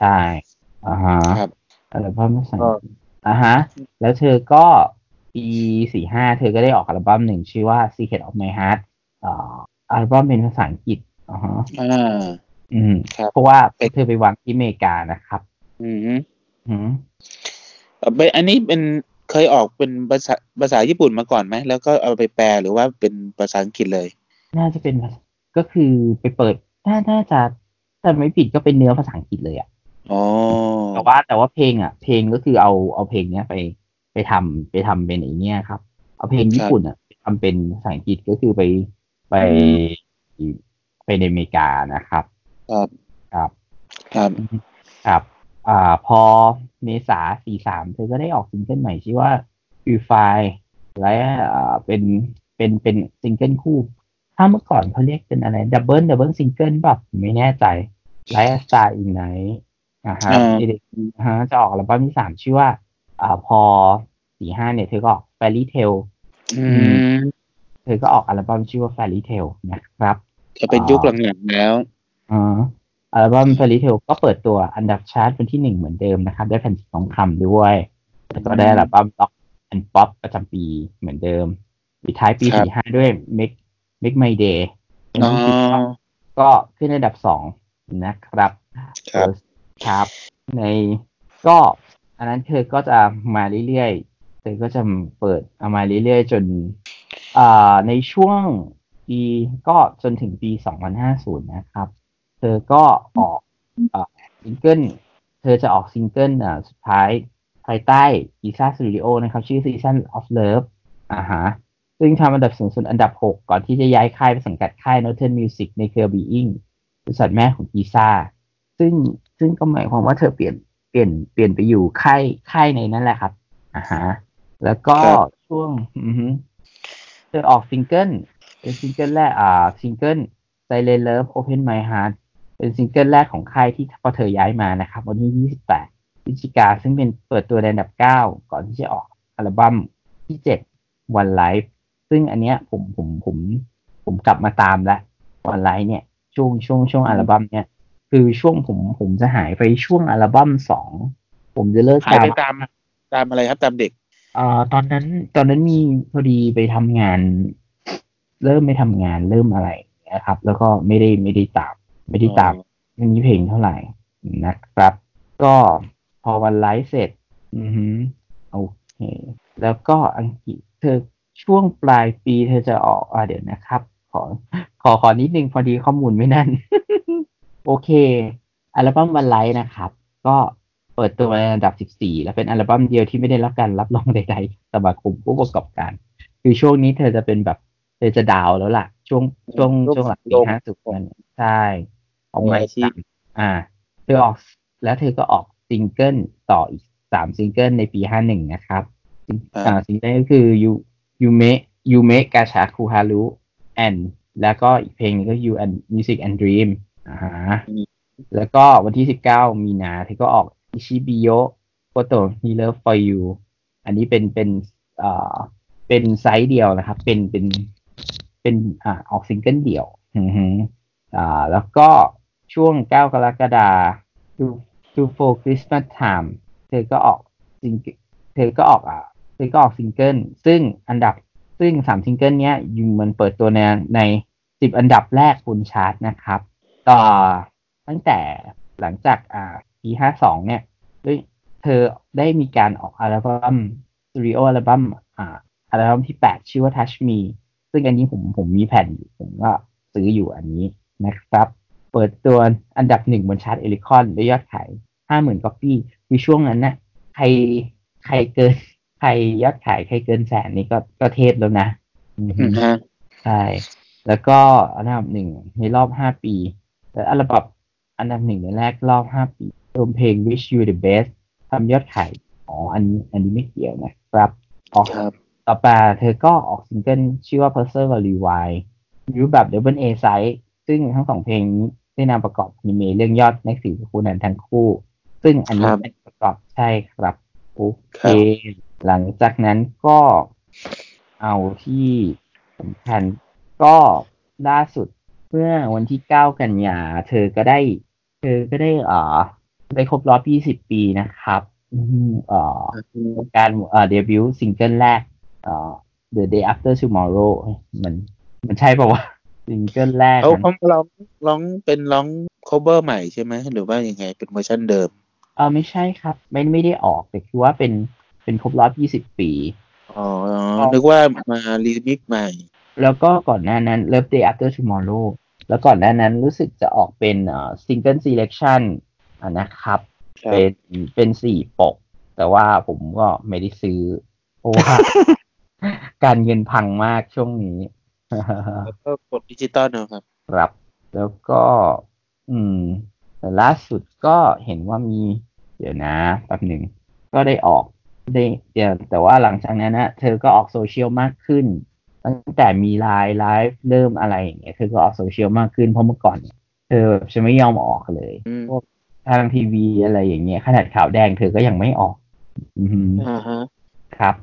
Speaker 2: ใช่อ่าฮะ
Speaker 1: ครับ
Speaker 2: อะไรบ้างภาษาอังกฤษ อ่าฮะ แล้วเธอก็ปีสี่ห้าเธอก็ได้ออกอัลบั้มหนึ่งชื่อว่า Secret of My Heart เอ่ออัลบั้มเป็นภาษาอังกฤษอ่าฮะ
Speaker 1: อ่า
Speaker 2: อืม
Speaker 1: ครับ
Speaker 2: เพราะว่าเธอไปวางที่อเมริกานะครับ
Speaker 1: อืม
Speaker 2: อืม
Speaker 1: เอ่อไปอันนี้เป็นเคยออกเป็นภาษาภาษาญี่ปุ่นมาก่อนไหม แล้วก็เอาไปแปลหรือว่าเป็นภาษาอังกฤษเลย
Speaker 2: น่าจะเป็นภาษาก็คือไปเปิดน่าน่าจะถ้าไม่ผิดก็เป็นเนื้อภาษาอังกฤษเลยอะ
Speaker 1: อ๋อ
Speaker 2: แต่ว่าแต่ว่าเพลงอ่ะ เพลงก็คือเอาเอาเพลงเนี้ยไปไปทำไปทำเป็นไอเนี้ยครับ เอาเพลงญี่ปุ่นอ่ะไปทำเป็นภาษาอังกฤษก็คือไปไปไปในอเมริกานะครับ
Speaker 1: ครับ
Speaker 2: ครับ
Speaker 1: ครับ
Speaker 2: ครับอ่าพอเมษาสี่สามเธอก็ได้ออกซิงเกิลใหม่ชื่อว่า Purify และอ่าเป็นเป็นเป็นซิงเกิลคู่ ถ้าเมื่อก่อนเขาเรียกเป็นอะไรดับเบิลดับเบิลซิงเกิลแบบไม่แน่ใจไลฟ์สไตล์อีกไหนอ่าฮะ
Speaker 1: อ่า
Speaker 2: เอเดกฮะจะออกอัลบั้มที่สามชื่อว่าอ่าพอสี่ห้าเนี่ยเธอก็ออก Fairy Tale
Speaker 1: อืม
Speaker 2: เธอก็ออกอัลบั้มชื่อว่า Fairy Tale นะครับ
Speaker 1: จะเป็นยุคหลังๆแล้ว
Speaker 2: อ่าอัลบั้ม Fairy Tail ก็เปิดตัวอันดับชาร์ตเป็นที่หนึ่งเหมือนเดิมนะครับ ได้แผ่นทองคำด้วย แล้วก็ได้อัลบั้ม Rock and Pop ประจำปีเหมือนเดิมปิดท้ายปี
Speaker 1: ครับ
Speaker 2: สี่ห้าด้วย Make Make My Day เป็น
Speaker 1: อ๋อ
Speaker 2: ที่สิบก็ก็ขึ้นอันดับสองนะครับ
Speaker 1: ครับ
Speaker 2: ครับ ในก็อันนั้นเธอก็จะมาเรื่อยๆ เธอก็จะเปิดเอามาเรื่อยๆ จนอ่าในช่วงปีก็จนถึงปี 2050 นะครับ เธอก็ออกเอ่อซิงเกิล เธอจะออกซิงเกิลอ่าสุดท้าย ภายใต้ Isa Studio นะครับ ชื่อ Season of Love อ่าฮะ ซึ่งทำอันดับสูงสุดอันดับ 6 ก่อนที่จะย้ายค่ายไปสังกัดค่าย Northern Music ในเครือ Being บริษัทแม่ของ Isa ซึ่งซึ่งก็หมายความว่าเธอเปลี่ยนเปลี่ยนเปลี่ยนไปอยู่ค่ายค่ายในนั้นแหละครับอ่าฮะ แล้วก็
Speaker 1: ครับ
Speaker 2: ช่วงอือฮึเธอออกซิงเกิลเป็นซิงเกิลแรกอ่าซิงเกิล Silent Love Open My Heart เป็นซิงเกิลแรกของค่ายที่พอเธอย้ายมานะครับ วันที่ 28พฤศจิกาซึ่งเป็นเปิดตัวในอันดับ 9 ก่อนที่จะออกอัลบั้มที่ 7 One Life ซึ่งอันเนี้ยผมผมผมผมกลับมาตามแล้ว One Life เนี่ย ช่วงช่วงช่วงอัลบั้มเนี่ย คือช่วงผมผมจะหายไปช่วงอัลบั้มสองผมจะเลิก
Speaker 1: หา
Speaker 2: ตา
Speaker 1: ย
Speaker 2: ม
Speaker 1: ไปตามตามอะไรครับตามเด็ก
Speaker 2: เอ่อตอนนั้นตอนนั้นมีพอดีไปทำงาน เริ่มไม่ทำงานเริ่มอะไรอย่างเงี้ยครับ แล้วก็ไม่ได้ไม่ได้ตาม ไม่ได้ตาม ไม่มีเพลงเท่าไหร่นะครับ ก็พอวันไลฟ์เสร็จ อือหือโอเค แล้วก็อังกฤษเธอช่วงปลายปีเธอจะออกอ่าเดี๋ยวนะครับ ขอขอขอนิดนึงพอดีข้อมูลไม่แนั่น โอเค อัลบั้มวันไลฟ์นะครับ ก็เปิดตัวในอันดับ 14 และเป็นอัลบั้มเดียวที่ไม่ได้รับการรับรองใดๆจากสมาคมผู้ประกอบการ คือช่วงนี้เธอจะเป็นแบบ เธอจะดาวน์แล้วล่ะ ช่วงช่วงช่วงหลังปี
Speaker 1: ลง
Speaker 2: ห้าสิบนั่นใช่ ออกมา
Speaker 1: มีอาชีพ
Speaker 2: สามอ่า เธอออกแล้วเธอก็ออกซิงเกิลต่ออีกสามซิงเกิลในปีห้าหนึ่งนะครับซิงอ่าซิงเกิลก็คือ you you make you make กาชาคูฮารุ and แล้วก็อีกเพลงหนึงก็ you and music and dream อ่าฮะ
Speaker 1: อืม
Speaker 2: แล้วก็วันที่สิบเก้ามีนา เธอก็ออกอิชิบิโยโกโตนิเลฟ for you อันนี้เป็นเป็นเอ่อเป็นไซส์เดียวนะครับ เป็นเป็นเป็นอ่าออกซิงเกิลเดี่ยวอือฮึ อ่าแล้วก็ช่วง 9 กรกฎาคม To For Christmas Time เธอก็ออกซิงเกิลเธอก็ออกอ่ะเธอก็ออกซิงเกิล ซึ่งอันดับซึ่งสามซิงเกิลเนี้ยอยู่มันเปิดตัวในในสิบอันดับแรกบนชาร์ตนะครับ ต่อตั้งแต่หลังจากอ่าปีห้าสองเนี่ยด้วยเธอได้มีการออกอัลบั้มสตูดิโออัลบั้มอ่าอัลบั้มที่แปดชื่อว่า Touch Me ซึ่งอันนี้ผมผมมีแผ่นอยู่ผมก็ซื้ออยู่อันนี้นะครับ เปิดตัวอันดับหนึ่งบนชาร์ตเอลิคอนด้วยยอดขายห้าหมื่นก๊อปปี้คือช่วงนั้นนะ่ะใครใครเกิน ใครยอดขายใครเกินแสนนี่ก็ก็เทพแล้วนะอือฮึ
Speaker 1: นะฮะ
Speaker 2: ใช่ แล้วก็อันดับหนึ่งในรอบห้าปี แต่อัลบั้มอันดับหนึ่งในแรกรอบห้าปีรวมเพลง Wish You the Best ทำยอดขาย อ๋อ อันนี้อันนี้ไม่เกี่ยวนะครับ ออก
Speaker 1: ครับ
Speaker 2: ต่อไปเธอก็ออกซิงเกิลชื่อว่า p u r s e r r e w i รูปแบบ Double A Side ซึ่งทั้งสองเพลงนี้ได้นำประกอบอนิเมะเรื่องยอดในสีชมพูนั้นทั้งคู่ ซึ่งอันนี้
Speaker 1: ครับ
Speaker 2: เป็นประกอบใช่ครับโอเค
Speaker 1: ครับ
Speaker 2: หลังจากนั้นก็เอาที่สำคัญก็ล่าสุดเมื่อวันที่ 9 กันยา เธอก็ได้ เธอก็ได้เอ่อได้ครบรอบ 20 ปีนะครับอืมเอ่อ การเอ่อเดบิวต์ซิงเกิลแรกเอ่อ The Day After Tomorrow เอ้ยมัน มันใช่ป่าวะซิงเกิลแรก
Speaker 1: เขา
Speaker 2: นั้น
Speaker 1: เขาร้องร้องเป็นร้อง cover ใหม่ใช่ไหมหรือว่ายังไงเป็นเวอร์ชันเดิม
Speaker 2: เออไม่ใช่ครับ ไม่ไม่ได้ออกแต่คือว่าเป็นเป็นครบรอบ 20 ปี
Speaker 1: อ๋อ นึกว่ามารีมิกใหม่
Speaker 2: แล้วก็ก่อนหน้านั้น Love Day After Tomorrow แล้วก่อนหน้านั้นรู้สึกจะออกเป็นเอ่อ Single Selection อ่ะนะครับ
Speaker 1: ครับ
Speaker 2: เป็นเป็นสี่ปก แต่ว่าผมก็ไม่ได้ซื้อ เพราะว่า การเงินพังมากช่วงนี้
Speaker 1: แล้วก็กดดิจิตอลเนาะครับ
Speaker 2: ครับ แล้วก็ อืมแต่ล่าสุดก็เห็นว่ามี เดี๋ยวนะแป๊บหนึ่ง ก็ได้ออกได้เดี๋ยวแต่ว่าหลังจากนั้นนะเธอก็ออกโซเชียลมากขึ้น ตั้งแต่มีไลน์ไลฟ์เริ่มอะไรอย่างเงี้ยเธอก็ออกโซเชียลมากขึ้นเพราะเมื่อก่อนเนี่ยเธอแบบจะไม่ยอมออกเลย
Speaker 1: อืม
Speaker 2: พวกทางทีวีอะไรอย่างเงี้ยขนาดข่าวแดงเธอก็ยังไม่ออก อือหือ
Speaker 1: อ่าฮะ
Speaker 2: ครับ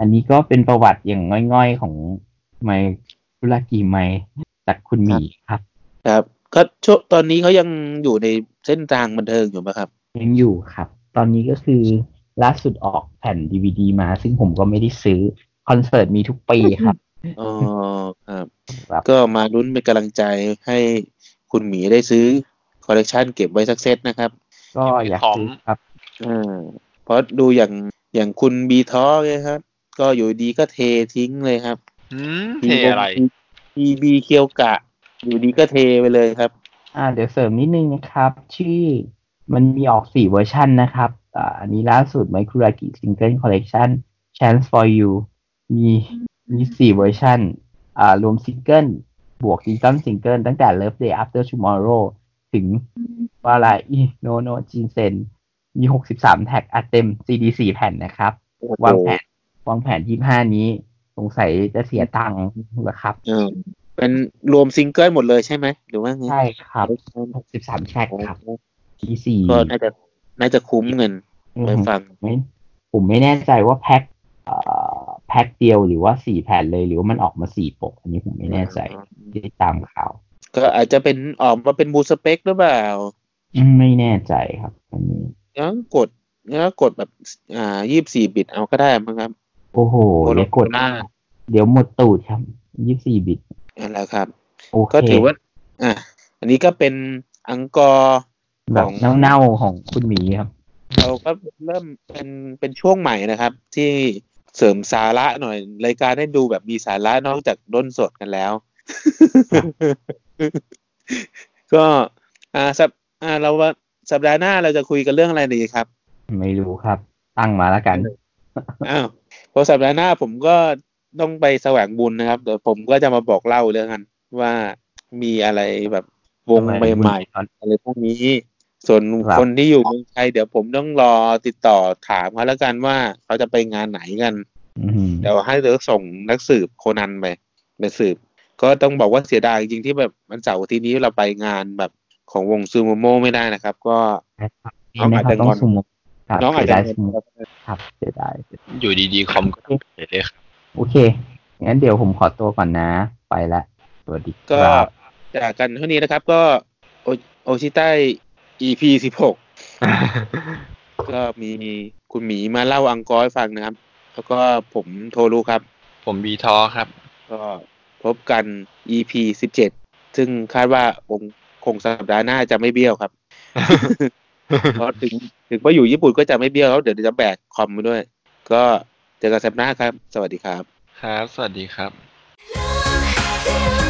Speaker 2: อันนี้ก็เป็นประวัติอย่างง่อยๆของไมธุรกีไมจากคุณหมีครับ
Speaker 1: ครับ ก็ช่วงตอนนี้เขายังอยู่ในเส้นทางบันเทิงอยู่ไหมครับ
Speaker 2: ยังอยู่ครับ ตอนนี้ก็คือล่าสุดออกแผ่นดีวดีมา ซึ่งผมก็ไม่ได้ซื้อ คอนเสิร์ตมีทุกปีครับ
Speaker 1: อ๋อ ครับ
Speaker 2: ครับ
Speaker 1: ก็มาลุ้นเป็นกำลังใจให้คุณหมีได้ซื้อคอลเลกชันเก็บไว้สักเซตนะครับ
Speaker 2: ก็อยากซื้อครับ
Speaker 1: อ่าเพราะดูอย่างอย่างคุณบีท้อเนี่ยครับ ก็อยู่ดีก็เททิ้งเลยครับ
Speaker 3: หืมเทอะไร
Speaker 1: ทีบีเคียวกะ อยู่ดีก็เทไปเลยครับ
Speaker 2: อ่าเดี๋ยวเสริมนิดนึงนะครับ ชื่อมันมีออกสี่เวอร์ชันนะครับ อ่าอันนี้ล่าสุดไมคุรากิซิงเกิลคอลเล t ชัน Chance for You มีมีสี่เวอร์ชันอ่ารวมซิงเกิลบวกดิจิตอลซิงเกิลตั้งแต่ Love Day After Tomorrow ถึงวาลาอีโนโนจีนเซนมีหกสิบสามแท็กอัดเต็ม CD สี่แผ่นนะครับ วางแผนวางแผนยี่ห้านี้สงสัยจะเสียตังค์เหรอครับ
Speaker 1: เออเป็นรวมซิงเกิลหมดเลยใช่ไหมหรือว่าไง
Speaker 2: ใช่ครับ
Speaker 1: ครับ
Speaker 2: หกสิบสามแท็กครับ ที่สี่
Speaker 1: ก็น่าจะน่าจะคุ้มเงินไปฟัง
Speaker 2: ไม่ผมไม่แน่ใจว่าแพ็คเอ่อแพ็คเดียวหรือว่าสี่แผ่นเลยหรือว่ามันออกมาสี่ปก อันนี้ผมไม่แน่ใจติดตามข่าว
Speaker 1: ก็อาจจะเป็นออกมาเป็นบูสเปกหรือเปล่า
Speaker 2: อืมไม่แน่ใจครับ อันนี้
Speaker 1: แล้วกดแล้วกดแบบอ่ายี่สิบสี่บิตเอาก็ได้มั้งครับ
Speaker 2: โอ้โหเดี๋ยวกด
Speaker 1: หน้า
Speaker 2: เดี๋ยวหมดตูดครับยี่สี่บิต
Speaker 1: อะไรครับ
Speaker 2: โอเค
Speaker 1: ก็ถือว่า อ่ะ อันนี้ก็เป็นอังกอร์
Speaker 2: แบบ
Speaker 1: ของ
Speaker 2: เน่าๆของคุณหมีครับ
Speaker 1: เราก็เริ่มเป็นเป็นช่วงใหม่นะครับ ที่เสริมสาระหน่อยรายการได้ดูแบบมีสาระนอกจากด้นสดกันแล้ว ก็อ่าสัปอ่าเราว่าสัปดาห์หน้าเราจะคุยกันเรื่องอะไรดีครับ
Speaker 2: ไม่รู้ครับ ตั้งมาแล้วกัน
Speaker 1: อ้าวเพอสัปดาห์หน้าผมก็ต้องไปแสวงบุญนะครับเดี๋ยวผมก็จะมาบอกเล่าเรื่องกันว่ามีอะไรแบบวงใหม่ๆอะไรพวกนี้ ส่วน
Speaker 2: ครับ
Speaker 1: คนที่อยู่เมืองไทยเดี๋ยวผมต้องรอติดต่อถามเขาแล้วกันว่าเขาจะไปงานไหนกัน
Speaker 2: อืม
Speaker 1: เดี๋ยวให้เดี๋ยวส่งนักสืบโคนันไปไปสืบ ก็ต้องบอกว่าเสียดายจริงๆที่แบบวันเสาร์อาที่นี้เราไปงานแบบของวงซูโมโมไม่ได้นะครับ ก็ น้องอาจจะ
Speaker 2: นี่นะครับต้อง
Speaker 1: งอน
Speaker 2: สมมติครับ
Speaker 1: น้องอาจ
Speaker 2: เสีย
Speaker 1: จะ
Speaker 2: ดาย
Speaker 1: ง
Speaker 2: สมม
Speaker 1: ง
Speaker 2: ติครับเสียดาย
Speaker 3: อยู่ดีๆคอมก็ต้องเทเลยครับ
Speaker 2: โอเค งั้นเดี๋ยวผมขอตัวก่อนนะ ไปละสวัสดีค
Speaker 1: ก็
Speaker 2: รับ
Speaker 1: จากกันเท่านี้นะครับก็โอโอชิไต้ EP สิบหกก็มีคุณหมีมาเล่าอังกอร์ให้ฟังนะครับ แล้วก็ผมโทรู้ครับ
Speaker 3: ผมบีทอครับ
Speaker 1: ก็พบกัน EP สิบเจ็ดซึ่งคาดว่าองค์คงสัปดาห์หน้าจะไม่เบี้ยวครับ เพราะถึงถึงว่าอยู่ญี่ปุ่นก็จะไม่เบี้ยวแล้วเดี๋ยวจะแบกคอมมาด้วย ก็เจอกันสัปดาห์หน้าครับ สวัสดีครับ
Speaker 3: ครับ สวัสดีครับ
Speaker 5: Love,